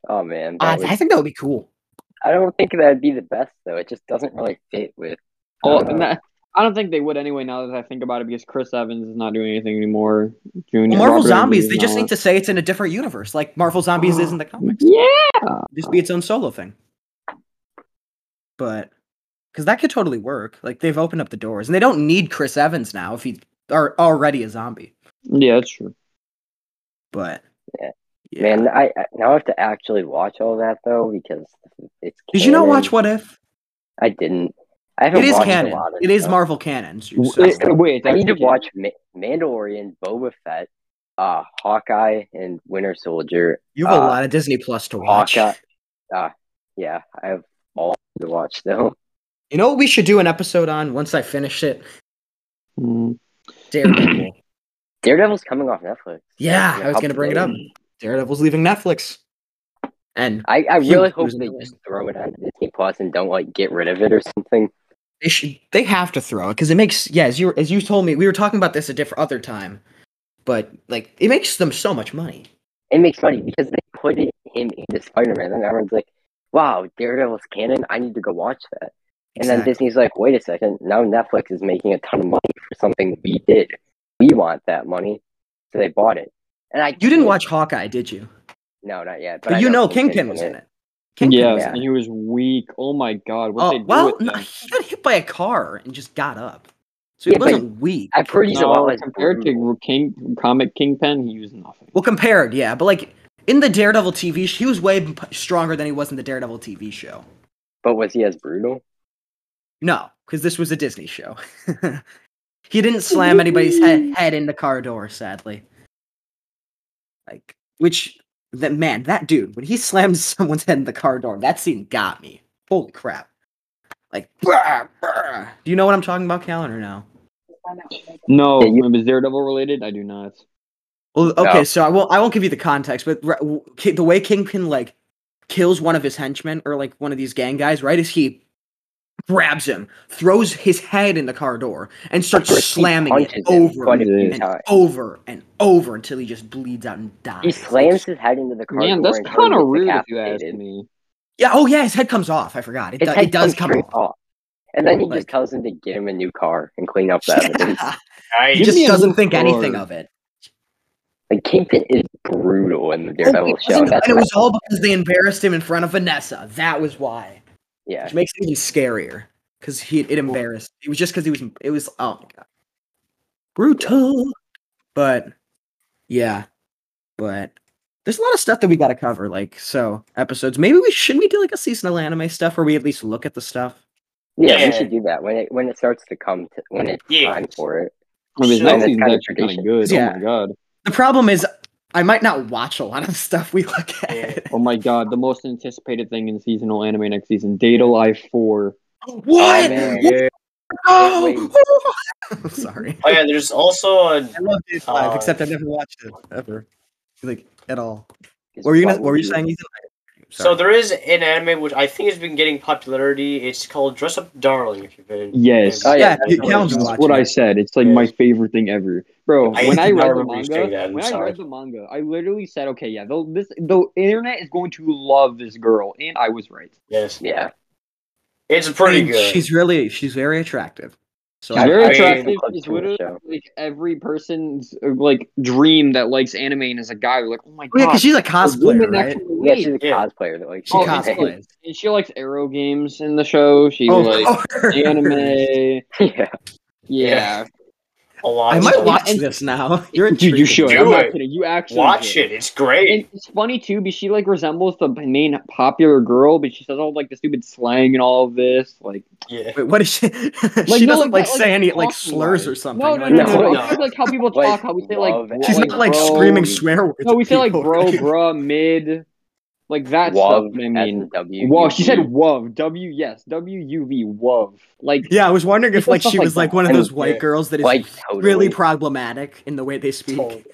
Speaker 3: Oh man,
Speaker 1: I,
Speaker 3: that would-
Speaker 1: I think that would be cool.
Speaker 3: I don't think that'd be the best though. It just doesn't really fit with.
Speaker 2: Oh,
Speaker 3: Uh,
Speaker 2: and that, I don't think they would anyway. Now that I think about it, because Chris Evans is not doing anything anymore. Junior
Speaker 1: Well, Marvel
Speaker 2: Robert
Speaker 1: Zombies,
Speaker 2: Rodriguez
Speaker 1: they
Speaker 2: is
Speaker 1: just
Speaker 2: not.
Speaker 1: need to say it's in a different universe. Like Marvel Zombies is in the comics.
Speaker 2: Yeah.
Speaker 1: Just be its own solo thing. But because that could totally work. Like they've opened up the doors, and they don't need Chris Evans now if he's are already a zombie.
Speaker 2: Yeah, that's true.
Speaker 1: But
Speaker 3: Yeah.
Speaker 1: yeah.
Speaker 3: Man, I, I now I have to actually watch all that though because it's.
Speaker 1: did you not
Speaker 3: canon.
Speaker 1: watch What If?
Speaker 3: I didn't. I haven't
Speaker 1: It is
Speaker 3: watched
Speaker 1: canon.
Speaker 3: a lot of
Speaker 1: It is
Speaker 3: stuff.
Speaker 1: Marvel canon. so-
Speaker 2: Wait, uh, wait,
Speaker 3: I need to
Speaker 2: that's-
Speaker 3: watch Ma- Mandalorian, Boba Fett, uh, Hawkeye, and Winter Soldier.
Speaker 1: You have a
Speaker 3: uh,
Speaker 1: lot of Disney Plus to watch.
Speaker 3: Hawkeye. uh, Yeah, I have all to watch though.
Speaker 1: You know what we should do an episode on once I finish it?
Speaker 2: Mm.
Speaker 1: Daredevil.
Speaker 3: Daredevil's coming off Netflix.
Speaker 1: yeah,
Speaker 3: In a
Speaker 1: I was going to
Speaker 3: couple
Speaker 1: bring it up.
Speaker 3: days.
Speaker 1: Daredevil's leaving Netflix. And
Speaker 3: I, I
Speaker 1: He
Speaker 3: really
Speaker 1: was
Speaker 3: hope
Speaker 1: in
Speaker 3: they
Speaker 1: the
Speaker 3: just throw it on Disney Plus and don't like get rid of it or something.
Speaker 1: they should they have to throw it because it makes yeah as you as you told me we were talking about this a different other time, but like it makes them so much money.
Speaker 3: It makes money because they put it, him into Spider Man, and everyone's like, "Wow, Daredevil's canon! I need to go watch that." And then
Speaker 1: Exactly.
Speaker 3: Disney's like, "Wait a second! Now Netflix is making a ton of money for something we did. We want that money, so they bought it." And I
Speaker 1: you didn't
Speaker 3: can't-
Speaker 1: watch Hawkeye, did you?
Speaker 3: No, not yet. But,
Speaker 1: But,
Speaker 3: I
Speaker 1: you know Kingpin was in it. Kingpin
Speaker 2: Yes,
Speaker 1: was
Speaker 3: yeah.
Speaker 1: in
Speaker 2: and
Speaker 1: it.
Speaker 2: he was weak. Oh my god, what they
Speaker 1: Oh
Speaker 2: do
Speaker 1: well,
Speaker 2: with
Speaker 1: no,
Speaker 2: them?
Speaker 1: he got hit by a car and just got up, so he
Speaker 3: Yeah, but-
Speaker 1: wasn't weak.
Speaker 3: I'm pretty sure.
Speaker 2: No,
Speaker 3: No,
Speaker 2: compared to King comic Kingpin, he was nothing.
Speaker 1: Well, compared, yeah, but like in the Daredevil TV, sh- he was way p- stronger than he was in the Daredevil TV show.
Speaker 3: but was he as brutal?
Speaker 1: No, because this was a Disney show. he didn't slam anybody's head, head in the car door, sadly. Like, which, that man, that dude, when he slams someone's head in the car door, that scene got me. Holy crap. Like, brah, brah. do you know what I'm talking about, Callan, or no?
Speaker 2: No,
Speaker 3: Yeah, you-
Speaker 2: it was Daredevil related. I do not.
Speaker 1: Well, okay,
Speaker 3: No.
Speaker 1: so I won't. I won't give you the context, but r- w- ki- the way Kingpin like kills one of his henchmen or like one of these gang guys, right? Is he grabs him, throws his head in the car door, and starts
Speaker 3: He
Speaker 1: slamming it
Speaker 3: punches him
Speaker 1: over
Speaker 3: quite a
Speaker 2: few
Speaker 1: and
Speaker 3: times.
Speaker 1: over and over until he just bleeds out and dies.
Speaker 3: He slams his head into the car.
Speaker 2: Man,
Speaker 3: door
Speaker 2: that's
Speaker 3: until he
Speaker 2: kind of
Speaker 3: gets
Speaker 2: rude if you ask
Speaker 3: decapitated.
Speaker 2: me.
Speaker 1: Yeah. Oh yeah, his head comes off. I forgot. It,
Speaker 3: His
Speaker 1: do-
Speaker 3: head
Speaker 1: it does
Speaker 3: comes
Speaker 1: come
Speaker 3: straight
Speaker 1: off.
Speaker 3: off. And then he
Speaker 1: Like-
Speaker 3: just tells him to get him a new car and clean up the evidence.
Speaker 1: he
Speaker 4: Nice.
Speaker 2: Give
Speaker 1: just
Speaker 2: me a
Speaker 1: doesn't
Speaker 2: new
Speaker 1: think anything
Speaker 2: card.
Speaker 1: of it.
Speaker 3: Like Kingpin is brutal in the
Speaker 1: Oh, it
Speaker 3: Daredevil show.
Speaker 1: wasn't-
Speaker 3: That's
Speaker 1: and it
Speaker 3: why-
Speaker 1: was all because they embarrassed him in front of Vanessa. That was why.
Speaker 3: yeah.
Speaker 1: which makes it even scarier because he it embarrassed. It was just because he was it was oh my god, brutal. But yeah, but there's a lot of stuff that we got to cover. Like so episodes. Maybe we should we do like a seasonal anime stuff where we at least look at the stuff.
Speaker 3: yeah,
Speaker 4: Yeah.
Speaker 3: we should do that when it when it starts to come to when it's
Speaker 4: Yeah.
Speaker 3: time for it.
Speaker 2: I mean,
Speaker 4: So-
Speaker 2: that
Speaker 4: That's
Speaker 2: season's
Speaker 3: kinda
Speaker 2: actually kind
Speaker 3: tradition.
Speaker 2: of good.
Speaker 1: Yeah.
Speaker 2: Oh my god.
Speaker 1: The problem is I might not watch a lot of the stuff we look at.
Speaker 2: Oh my god. The most anticipated thing in seasonal anime next season, Data Life Four.
Speaker 1: What?
Speaker 3: man.
Speaker 1: No! I'm sorry.
Speaker 4: Oh yeah, there's also a
Speaker 1: I love Days Live,
Speaker 4: Uh,
Speaker 1: except I've never watched it ever, like at all.
Speaker 3: It's
Speaker 1: Were you gonna,
Speaker 3: probably-
Speaker 1: were you saying Ethan?
Speaker 4: so there is an anime which I think has been getting popularity. It's called Dress Up Darling. If you've been
Speaker 2: Yes.
Speaker 3: Oh,
Speaker 1: yeah,
Speaker 3: yeah,
Speaker 1: you-
Speaker 4: that's
Speaker 1: Callan's been
Speaker 4: what it
Speaker 2: That's
Speaker 1: watching
Speaker 2: what
Speaker 1: it.
Speaker 2: I said. It's like
Speaker 4: Yeah.
Speaker 2: my favorite thing ever, bro.
Speaker 4: I
Speaker 2: when I
Speaker 4: did not
Speaker 2: read the
Speaker 4: remember you saying that,
Speaker 2: manga,
Speaker 4: I'm
Speaker 2: when I
Speaker 4: sorry.
Speaker 2: read the manga, I literally said, okay, yeah, they'll, this the internet is going to love this girl, and I was right.
Speaker 4: Yes.
Speaker 3: Yeah.
Speaker 4: It's pretty
Speaker 1: mean,
Speaker 4: good.
Speaker 1: She's really she's very attractive. So
Speaker 2: She's
Speaker 1: I-
Speaker 2: very
Speaker 4: I-
Speaker 2: attractive.
Speaker 3: I-
Speaker 2: She's literally like every person's uh, like dream that likes anime and is a guy. Like, oh my
Speaker 1: yeah,
Speaker 2: god,
Speaker 1: because she's a
Speaker 2: a woman
Speaker 1: cosplayer,
Speaker 2: that
Speaker 1: right?
Speaker 2: can
Speaker 3: Yeah,
Speaker 2: relate.
Speaker 3: she's a
Speaker 4: Yeah.
Speaker 3: cosplayer that like
Speaker 1: She
Speaker 2: Oh,
Speaker 3: yeah.
Speaker 2: it's
Speaker 1: cosplays.
Speaker 2: And she likes arrow games in the show. She
Speaker 1: Oh,
Speaker 2: likes anime.
Speaker 3: Yeah.
Speaker 2: Yeah,
Speaker 4: a lot.
Speaker 1: I
Speaker 4: of
Speaker 1: might
Speaker 4: stuff.
Speaker 1: watch this now. You're
Speaker 2: dude, you should.
Speaker 4: Do
Speaker 2: I'm not
Speaker 4: it.
Speaker 2: kidding. You actually
Speaker 4: Watch
Speaker 2: should.
Speaker 4: it. It's great.
Speaker 2: And it's funny too, because she like resembles the main popular girl, but she says all like the stupid slang and all of this. Like,
Speaker 4: Yeah.
Speaker 1: Wait, what is she?
Speaker 2: Like,
Speaker 1: she
Speaker 2: no,
Speaker 1: doesn't
Speaker 2: like
Speaker 1: like,
Speaker 2: that, like,
Speaker 1: say any like
Speaker 2: talking
Speaker 1: slurs
Speaker 2: wise.
Speaker 1: or something.
Speaker 2: no, no,
Speaker 1: like
Speaker 2: no, no,
Speaker 1: that.
Speaker 2: no,
Speaker 3: No.
Speaker 2: It's like how people
Speaker 3: Like,
Speaker 2: talk. How we say like,
Speaker 3: love
Speaker 2: bro-
Speaker 3: it.
Speaker 1: She's not like
Speaker 2: bro.
Speaker 1: screaming swear words.
Speaker 2: No, we
Speaker 1: at
Speaker 2: say like
Speaker 1: people,
Speaker 2: bro,
Speaker 1: right?
Speaker 2: bruh, mid, like that
Speaker 3: Wov,
Speaker 2: stuff. I mean,
Speaker 3: SW.
Speaker 2: whoa, she said wov, w yes, w u v wov. Like,
Speaker 1: Yeah, I was wondering
Speaker 2: We
Speaker 1: if
Speaker 2: say
Speaker 1: like
Speaker 2: stuff
Speaker 1: she
Speaker 2: like
Speaker 1: was like
Speaker 2: that.
Speaker 1: one of
Speaker 3: And-
Speaker 1: those white
Speaker 4: Yeah.
Speaker 1: girls that is
Speaker 3: like totally.
Speaker 1: really problematic in the way they speak,
Speaker 4: Totally.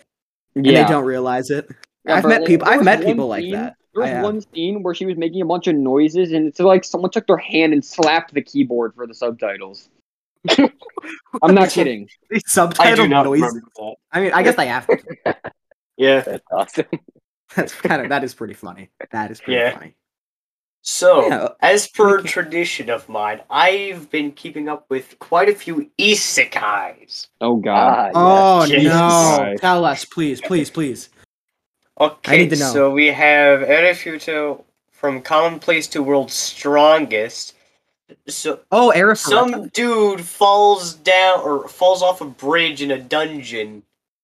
Speaker 1: and
Speaker 2: yeah.
Speaker 1: they don't realize it.
Speaker 2: Yeah,
Speaker 1: I've
Speaker 2: bro,
Speaker 1: met
Speaker 2: like,
Speaker 1: people.
Speaker 2: there
Speaker 1: I've
Speaker 2: was
Speaker 1: met
Speaker 2: one
Speaker 1: people like
Speaker 2: scene-
Speaker 1: that.
Speaker 2: There was
Speaker 1: I have.
Speaker 2: one scene where she was making a bunch of noises, and it's like someone took their hand and slapped the keyboard for the subtitles. I'm not kidding.
Speaker 1: These
Speaker 4: I do
Speaker 1: subtitle
Speaker 4: not
Speaker 1: noises.
Speaker 4: remember that.
Speaker 1: I mean, I guess they have to.
Speaker 4: Yeah.
Speaker 3: That's awesome.
Speaker 1: That's kind of that is pretty funny. That is pretty
Speaker 4: Yeah.
Speaker 1: funny.
Speaker 2: Oh.
Speaker 4: So,
Speaker 1: Yeah,
Speaker 4: as per
Speaker 1: okay.
Speaker 4: tradition of mine, I've been keeping up with quite a few isekais.
Speaker 2: Oh god.
Speaker 3: Ah,
Speaker 1: Oh
Speaker 4: Jesus
Speaker 1: no!
Speaker 2: Christ.
Speaker 1: Tell us, please, please, please.
Speaker 4: Okay,
Speaker 1: need to know.
Speaker 4: so we have Erefuto from commonplace to world's strongest. So
Speaker 1: Oh, Arafat.
Speaker 4: some dude falls down or falls off a bridge in a dungeon,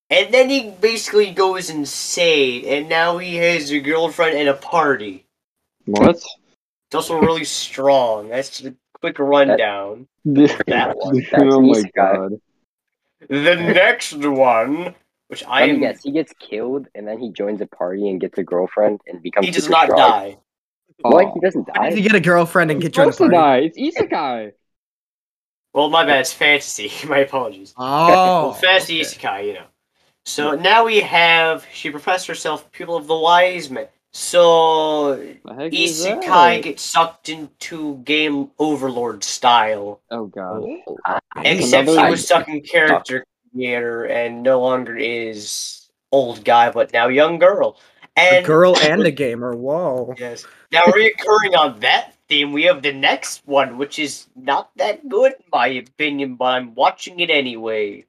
Speaker 4: and then he basically goes insane, and now he has a girlfriend and a party.
Speaker 2: What?
Speaker 4: It's also really strong. That's the quick rundown.
Speaker 3: That one. That's
Speaker 2: oh my
Speaker 3: East guy.
Speaker 2: god.
Speaker 4: The next one, which I
Speaker 3: Let me
Speaker 4: am,
Speaker 3: guess. He gets killed, and then he joins a party and gets a girlfriend and becomes.
Speaker 4: he does
Speaker 3: super
Speaker 4: not
Speaker 3: strong.
Speaker 4: die.
Speaker 3: What?
Speaker 2: Oh.
Speaker 3: He doesn't
Speaker 1: How
Speaker 3: die.
Speaker 1: did you get a girlfriend and get you on a
Speaker 2: Supposed to
Speaker 1: party?
Speaker 2: die. It's Isekai.
Speaker 4: Well, my bad. It's fantasy. My apologies.
Speaker 1: Oh,
Speaker 4: Well, fantasy
Speaker 1: okay.
Speaker 4: isekai, you know. So now we have she professed herself pupil of the wise man. So
Speaker 2: The heck is that?
Speaker 4: isekai gets sucked into game overlord style,
Speaker 2: Oh god.
Speaker 4: except he
Speaker 2: Another-
Speaker 4: was stuck in character creator and no longer is old guy, but now young girl.
Speaker 1: A
Speaker 4: And
Speaker 1: girl and a gamer. Whoa.
Speaker 4: Yes. Now reoccurring on that theme, we have the next one, which is not that good in my opinion, but I'm watching it anyway.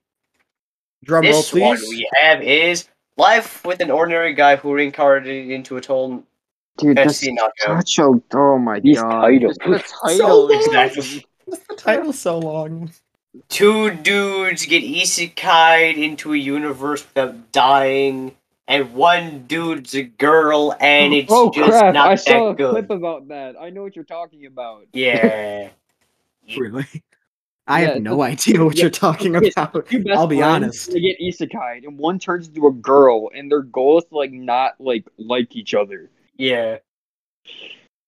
Speaker 1: Drum roll,
Speaker 4: this one
Speaker 1: please.
Speaker 4: we have is Life with an Ordinary Guy Who Reincarnated into a Total
Speaker 2: Dude, that's
Speaker 4: FC Knockout.
Speaker 2: such a oh my
Speaker 3: These
Speaker 2: god.
Speaker 3: titles.
Speaker 2: Just the title
Speaker 1: long.
Speaker 4: Exactly.
Speaker 1: What's the title so long?
Speaker 4: Two dudes get isekai'd into a universe without dying, and one dude's a girl, and it's
Speaker 2: oh
Speaker 4: just
Speaker 2: crap!
Speaker 4: not
Speaker 2: I
Speaker 4: that
Speaker 2: saw a
Speaker 4: good.
Speaker 2: clip about that. I know what you're talking about.
Speaker 4: Yeah.
Speaker 1: Really? I
Speaker 2: Yeah,
Speaker 1: have no idea what
Speaker 2: yeah,
Speaker 1: you're talking
Speaker 2: it's-
Speaker 1: about.
Speaker 2: Two best
Speaker 1: I'll be
Speaker 2: friends,
Speaker 1: honest.
Speaker 2: They get isekai, and one turns into a girl, and their goal is to like not like like each other.
Speaker 4: Yeah.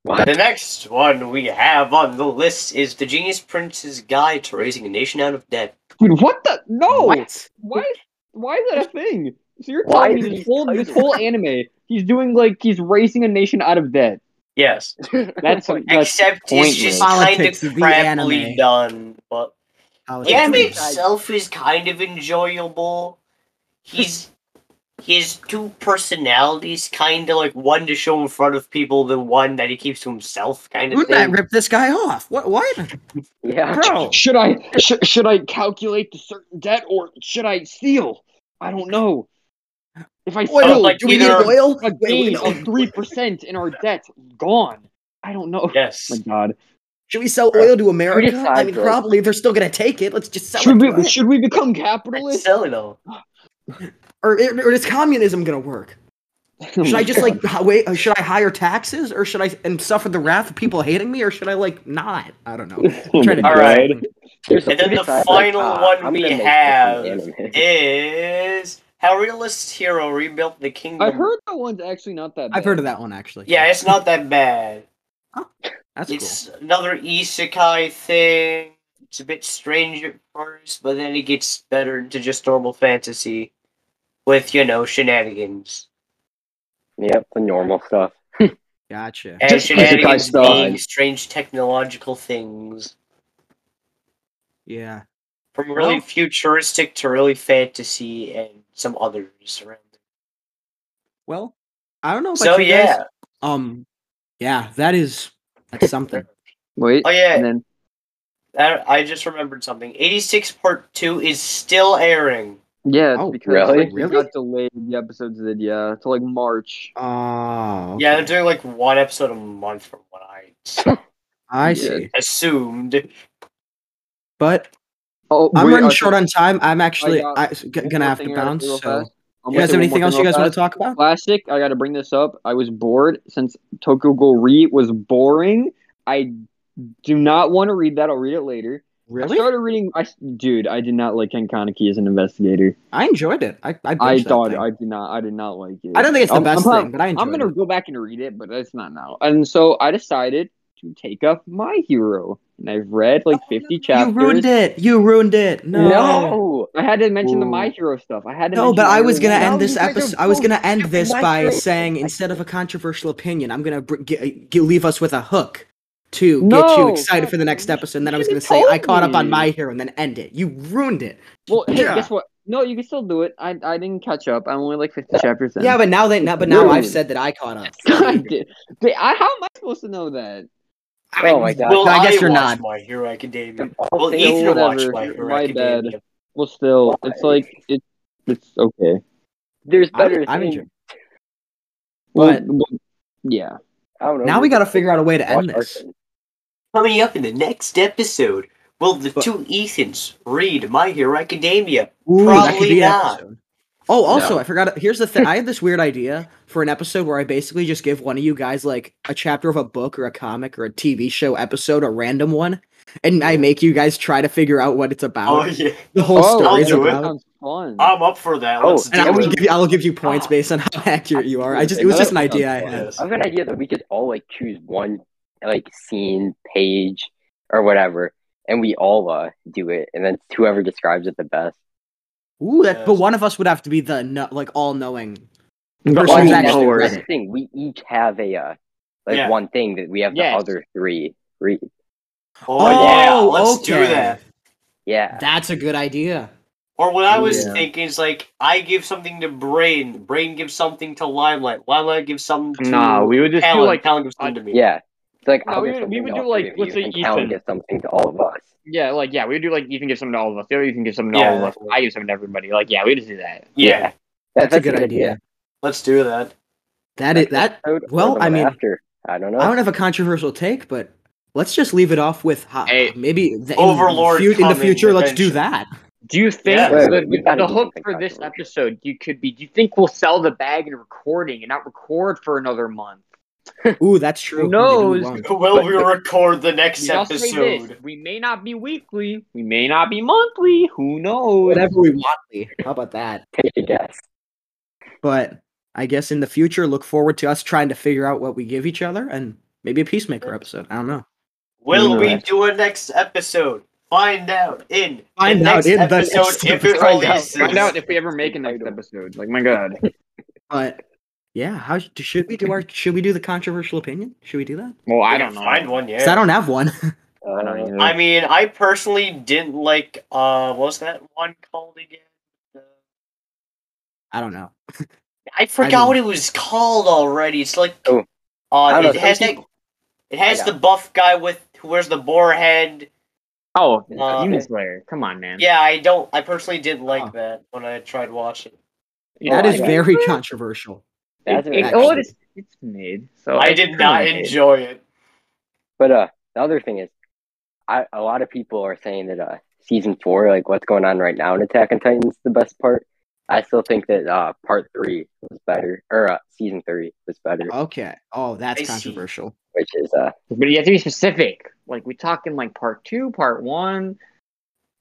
Speaker 3: What?
Speaker 4: The next one we have on the list is The Genius Prince's Guide to Raising a Nation Out of Debt.
Speaker 2: Dude, what the? No,
Speaker 1: What?
Speaker 2: why? Why is that a thing? So you're
Speaker 3: Why
Speaker 2: telling
Speaker 3: is
Speaker 2: me
Speaker 3: he
Speaker 2: this whole this
Speaker 3: titled?
Speaker 2: whole anime, he's doing like he's raising a nation out of debt.
Speaker 4: Yes.
Speaker 2: That's that's
Speaker 4: Except it's
Speaker 2: pointless.
Speaker 4: just kind of
Speaker 1: Politics, the
Speaker 4: crappily
Speaker 1: anime.
Speaker 4: done. But
Speaker 1: How is
Speaker 4: the anime
Speaker 1: it-
Speaker 4: itself is kind of enjoyable. He's he has two personalities, kind of like one to show in front of people, the one that he keeps to himself, kind of
Speaker 1: Wouldn't that
Speaker 4: thing.
Speaker 1: rip this guy off? What? What?
Speaker 3: Yeah.
Speaker 1: Bro.
Speaker 2: Should I sh- should I calculate the certain debt or should I steal? I don't know. If I
Speaker 1: Oil.
Speaker 2: steal,
Speaker 4: like
Speaker 1: Do we need
Speaker 4: either-
Speaker 1: oil?
Speaker 2: a
Speaker 1: Wait, we
Speaker 2: gain
Speaker 1: need
Speaker 2: of
Speaker 1: oil.
Speaker 2: three percent in our debt gone. I don't know.
Speaker 4: Yes.
Speaker 2: Oh my God,
Speaker 1: Should we sell oil to America? I
Speaker 3: decide,
Speaker 1: mean,
Speaker 3: bro.
Speaker 1: probably they're still gonna take it. Let's just sell
Speaker 2: should
Speaker 1: it. to
Speaker 2: we
Speaker 1: us.
Speaker 2: should we become
Speaker 4: I'd
Speaker 2: capitalists?
Speaker 4: sell it all.
Speaker 1: Or, or is communism gonna work?
Speaker 2: Oh
Speaker 1: Should I just like h- wait? uh, Should I hire taxes, or should I and suffer the wrath of people hating me, or should I like not? I don't know. I'm trying to
Speaker 4: All right.
Speaker 3: There's
Speaker 4: And then
Speaker 3: people
Speaker 4: the
Speaker 3: decide,
Speaker 4: final one
Speaker 3: ah, I'm
Speaker 4: we
Speaker 3: gonna make this
Speaker 4: have
Speaker 3: an anime.
Speaker 4: Is how realist hero rebuilt the kingdom?
Speaker 2: I heard that one's actually not that. Bad.
Speaker 1: I've heard of that one actually.
Speaker 4: Yeah, it's not that bad.
Speaker 1: that's
Speaker 4: it's another isekai thing. It's a bit strange at first, but then it gets better into just normal fantasy with, you know, shenanigans.
Speaker 3: Yep, the normal stuff.
Speaker 1: cool. Gotcha.
Speaker 4: And
Speaker 2: Just isekai
Speaker 4: shenanigans
Speaker 2: style.
Speaker 4: being strange technological things.
Speaker 1: Yeah.
Speaker 4: From really
Speaker 1: Well-
Speaker 4: futuristic to really fantasy and some others around.
Speaker 1: Well, I don't know. About
Speaker 4: So,
Speaker 1: Oh, you guys.
Speaker 4: yeah.
Speaker 1: Um. Yeah, that is that's something.
Speaker 2: Wait.
Speaker 4: Oh, yeah.
Speaker 2: And then
Speaker 4: I, I just remembered something. 86 Part 2 is still airing.
Speaker 2: yeah,
Speaker 1: Oh,
Speaker 2: because
Speaker 3: really?
Speaker 2: like, it
Speaker 1: Really?
Speaker 2: got delayed. The episodes did yeah to like March.
Speaker 1: Oh.
Speaker 4: Yeah, they're
Speaker 1: okay.
Speaker 4: doing like one episode a month from what I s-
Speaker 1: I
Speaker 2: Yeah.
Speaker 1: see.
Speaker 4: assumed.
Speaker 1: But
Speaker 2: Oh,
Speaker 1: I'm
Speaker 2: wait,
Speaker 1: running
Speaker 2: I-
Speaker 1: short on time. I'm actually
Speaker 2: got
Speaker 1: I, g-
Speaker 2: one
Speaker 1: gonna
Speaker 2: more
Speaker 1: have to
Speaker 2: thing Oh, I gotta
Speaker 1: bounce.
Speaker 2: do real
Speaker 1: So,
Speaker 2: fast. I'm
Speaker 1: you guys
Speaker 2: gonna
Speaker 1: have
Speaker 2: say one
Speaker 1: anything
Speaker 2: more
Speaker 1: else you
Speaker 2: thing
Speaker 1: guys
Speaker 2: real
Speaker 1: want
Speaker 2: fast.
Speaker 1: to talk about?
Speaker 2: Classic. I gotta bring this up. I was bored since Tokyo Go Re was boring. I do not want to read that. I'll read it later. I
Speaker 1: Really?
Speaker 2: started reading. I dude, I did not like Ken Kaneki as an investigator.
Speaker 1: I enjoyed it. I I,
Speaker 2: I
Speaker 1: binged that
Speaker 2: thought
Speaker 1: thing.
Speaker 2: I did not. I did not like it.
Speaker 1: I don't think it's the
Speaker 2: I'm-
Speaker 1: best
Speaker 2: I'm,
Speaker 1: thing, but I enjoyed
Speaker 2: I'm gonna
Speaker 1: it.
Speaker 2: go back and read it, but it's not now. And so I decided to take up My Hero, and I've read like
Speaker 1: Oh,
Speaker 2: 50
Speaker 1: no,
Speaker 2: chapters.
Speaker 1: You ruined it. You ruined it. No.
Speaker 3: No.
Speaker 2: I had to mention the My
Speaker 1: Ooh.
Speaker 2: Hero stuff. I had to.
Speaker 1: No,
Speaker 2: mention
Speaker 1: but I was
Speaker 2: everything.
Speaker 1: gonna
Speaker 2: No,
Speaker 1: end this
Speaker 2: you guys are
Speaker 1: episode. I was
Speaker 2: both
Speaker 1: gonna end this by
Speaker 3: micro-
Speaker 1: saying instead of a controversial opinion, I'm gonna br- g- g- leave us with a hook to get you
Speaker 2: No.
Speaker 1: excited for the next episode. And then I was
Speaker 2: You
Speaker 1: gonna say I
Speaker 2: told
Speaker 1: caught up on
Speaker 2: me.
Speaker 1: my hero and then end it. You ruined it.
Speaker 2: Well, hey,
Speaker 1: Yeah.
Speaker 2: guess what? No, you can still do it. I I didn't catch up. I'm only like 50 chapters in.
Speaker 1: Yeah, but now that now, but now I've
Speaker 2: Dude.
Speaker 1: said that I caught up.
Speaker 2: God, da- da- I, how am I supposed to know that?
Speaker 3: Oh my God.
Speaker 4: Will
Speaker 1: No, I guess you're
Speaker 4: watch
Speaker 1: not.
Speaker 4: My Hero Academia.
Speaker 3: All
Speaker 4: Well,
Speaker 3: things-
Speaker 4: Ethan
Speaker 2: whatever.
Speaker 4: watched My Hero
Speaker 2: My bad.
Speaker 4: Academia.
Speaker 2: Well, still, it's like it's it's okay.
Speaker 3: There's
Speaker 1: I-
Speaker 3: better
Speaker 1: I'm
Speaker 3: things.
Speaker 1: enjoying- But-
Speaker 2: Well, well, yeah,
Speaker 3: I don't know.
Speaker 1: Now we got to figure out a way to
Speaker 3: Watch
Speaker 1: end this.
Speaker 3: Arson.
Speaker 4: Coming up in the next episode, will the
Speaker 1: But-
Speaker 4: two Ethans read My Hero Academia?
Speaker 1: Ooh,
Speaker 4: Probably not.
Speaker 1: episode. Oh, also,
Speaker 2: No.
Speaker 1: I forgot. Here's the thing. I had this weird idea for an episode where I basically just give one of you guys like a chapter of a book or a comic or a TV show episode, a random one, and I make you guys try to figure out what it's about.
Speaker 4: Oh yeah,
Speaker 1: The whole
Speaker 2: Oh,
Speaker 1: story's
Speaker 4: I'll do it.
Speaker 1: about.
Speaker 2: sounds fun.
Speaker 4: I'm up for that.
Speaker 3: Oh,
Speaker 4: Let's
Speaker 1: And I
Speaker 4: do
Speaker 1: will
Speaker 4: it.
Speaker 1: give you, I will give you points based on how accurate you are. I just it was just an idea I had.
Speaker 4: Yes.
Speaker 3: I have an idea that we could all like choose one like scene, page, or whatever, and we all uh do it, and then it's whoever describes it the best.
Speaker 1: Ooh, that, but
Speaker 4: Yes.
Speaker 1: one of us would have to be the no, like all knowing.
Speaker 2: The
Speaker 1: person
Speaker 3: Well, I
Speaker 1: who's
Speaker 3: mean,
Speaker 2: all-knowing.
Speaker 1: actually
Speaker 3: that's,
Speaker 1: read
Speaker 3: that's the
Speaker 1: it.
Speaker 3: thing. We each have a uh, like
Speaker 4: Yeah.
Speaker 3: one thing that we have
Speaker 2: Yes.
Speaker 3: the other three read.
Speaker 4: Oh,
Speaker 1: Oh,
Speaker 4: yeah, let's do
Speaker 1: okay.
Speaker 4: that.
Speaker 3: Yeah.
Speaker 1: That's a good idea.
Speaker 4: Or what I was
Speaker 2: Yeah.
Speaker 4: thinking is like I give something to Brain, Brain gives something to Limelight, Limelight gives something to
Speaker 2: Nah, we would just do
Speaker 4: Talon,
Speaker 2: like
Speaker 4: Talon gives something to me.
Speaker 3: Yeah. It's like
Speaker 2: No,
Speaker 3: I'll
Speaker 2: we
Speaker 3: give
Speaker 2: would- we
Speaker 3: something
Speaker 2: would
Speaker 3: to
Speaker 2: do,
Speaker 3: all
Speaker 2: like,
Speaker 3: three of
Speaker 2: let's
Speaker 3: you,
Speaker 2: say
Speaker 3: and Callan
Speaker 2: Ethan.
Speaker 3: gives something to all of us.
Speaker 2: yeah, like yeah, we would do like you can give something to all of us. The other you can give something to
Speaker 4: Yeah,
Speaker 2: all of us.
Speaker 4: definitely.
Speaker 2: I give something to everybody. Like yeah, we just do that.
Speaker 4: Yeah,
Speaker 3: Yeah.
Speaker 1: That's,
Speaker 3: That-
Speaker 1: a good idea.
Speaker 4: let's do that.
Speaker 1: That is that.
Speaker 3: Episode or
Speaker 1: well,
Speaker 3: the
Speaker 1: I
Speaker 3: one
Speaker 1: mean,
Speaker 3: after. I don't know.
Speaker 1: I don't have a controversial take, but let's just leave it off with ha-
Speaker 2: Hey,
Speaker 1: maybe the, in
Speaker 4: Overlord
Speaker 1: fu- in the
Speaker 4: coming
Speaker 1: future. Let's do
Speaker 4: eventually.
Speaker 1: that.
Speaker 2: Do you think
Speaker 4: Yeah.
Speaker 3: Wait,
Speaker 2: the,
Speaker 3: we gotta
Speaker 2: the
Speaker 3: do
Speaker 2: hook
Speaker 3: something
Speaker 2: for this
Speaker 3: controversial.
Speaker 2: episode you could be? Do you think we'll sell the bag in recording and not record for another month?
Speaker 1: Ooh, that's true.
Speaker 2: Who
Speaker 1: Maybe we
Speaker 2: knows?
Speaker 1: won't.
Speaker 4: Will we record the next
Speaker 2: I'll say this,
Speaker 4: episode?
Speaker 2: we may not be weekly, we may not be monthly. Who knows?
Speaker 1: Whatever we want. Lee. How about that?
Speaker 3: Take a guess.
Speaker 1: But I guess in the future, look forward to us trying to figure out what we give each other and maybe a peacemaker episode. I don't know.
Speaker 4: Will we
Speaker 2: Yeah.
Speaker 4: do a next episode? Find out in
Speaker 1: Find
Speaker 4: the
Speaker 1: out
Speaker 4: next
Speaker 1: in the
Speaker 4: episode
Speaker 1: next
Speaker 4: if it
Speaker 1: episode.
Speaker 4: releases.
Speaker 2: Find out if we ever make a next episode. Like my god.
Speaker 1: But yeah, how sh- should we do our? Should we do the controversial opinion? Should we do that?
Speaker 2: Well, I
Speaker 4: We
Speaker 2: don't
Speaker 4: can
Speaker 2: know.
Speaker 4: Find one, yeah.
Speaker 1: 'Cause I don't have one.
Speaker 2: I don't
Speaker 3: Uh,
Speaker 2: either.
Speaker 4: I mean, I personally didn't like. Uh, what was that one called again? Uh,
Speaker 1: I don't know.
Speaker 4: I forgot what it was called already. It's like,
Speaker 3: Oh.
Speaker 4: uh,
Speaker 3: I
Speaker 4: it
Speaker 3: don't know,
Speaker 4: has
Speaker 3: some
Speaker 4: that. It has
Speaker 3: I
Speaker 4: the buff guy with who wears the boar head.
Speaker 2: oh,
Speaker 4: Uh,
Speaker 2: Demon Slayer. Come on, man.
Speaker 4: Yeah, I don't. I personally didn't like
Speaker 1: Huh.
Speaker 4: that when I tried watching.
Speaker 2: Yeah,
Speaker 1: That
Speaker 3: I
Speaker 1: is
Speaker 3: got it.
Speaker 1: very controversial.
Speaker 3: That's
Speaker 2: It, it,
Speaker 1: actually-
Speaker 2: oh, it's, it's made. So
Speaker 4: I
Speaker 2: it's
Speaker 4: did
Speaker 2: kinda
Speaker 4: not
Speaker 2: made.
Speaker 4: enjoy it.
Speaker 3: But uh, the other thing is, I a lot of people are saying that uh, season four, like what's going on right now in Attack on Titan, is the best part. I still think that uh, part three was better, or uh, season three was better,
Speaker 2: Uh-huh.
Speaker 1: Okay. Oh,
Speaker 4: I
Speaker 1: that's
Speaker 4: see.
Speaker 1: controversial.
Speaker 3: which is uh,
Speaker 2: But you have to be specific. Like we talking like part two, part one.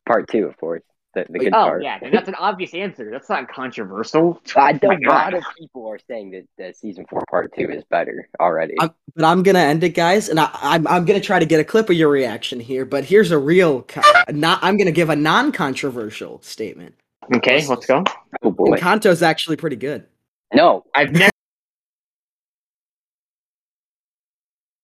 Speaker 3: part two, of course, the, the good
Speaker 2: oh
Speaker 3: part.
Speaker 2: yeah, that's an obvious answer. That's not controversial.
Speaker 3: I
Speaker 2: Oh my
Speaker 3: don't. A
Speaker 2: God.
Speaker 3: lot of people are saying that, that season four, part two, is better already.
Speaker 1: I'm- But I'm gonna end it, guys, and I, I'm I'm gonna try to get a clip of your reaction here. But here's a real, co- not I'm gonna give a non-controversial statement.
Speaker 2: Okay, let's go.
Speaker 3: oh boy,
Speaker 1: And Kanto's actually pretty good.
Speaker 3: no,
Speaker 2: I've never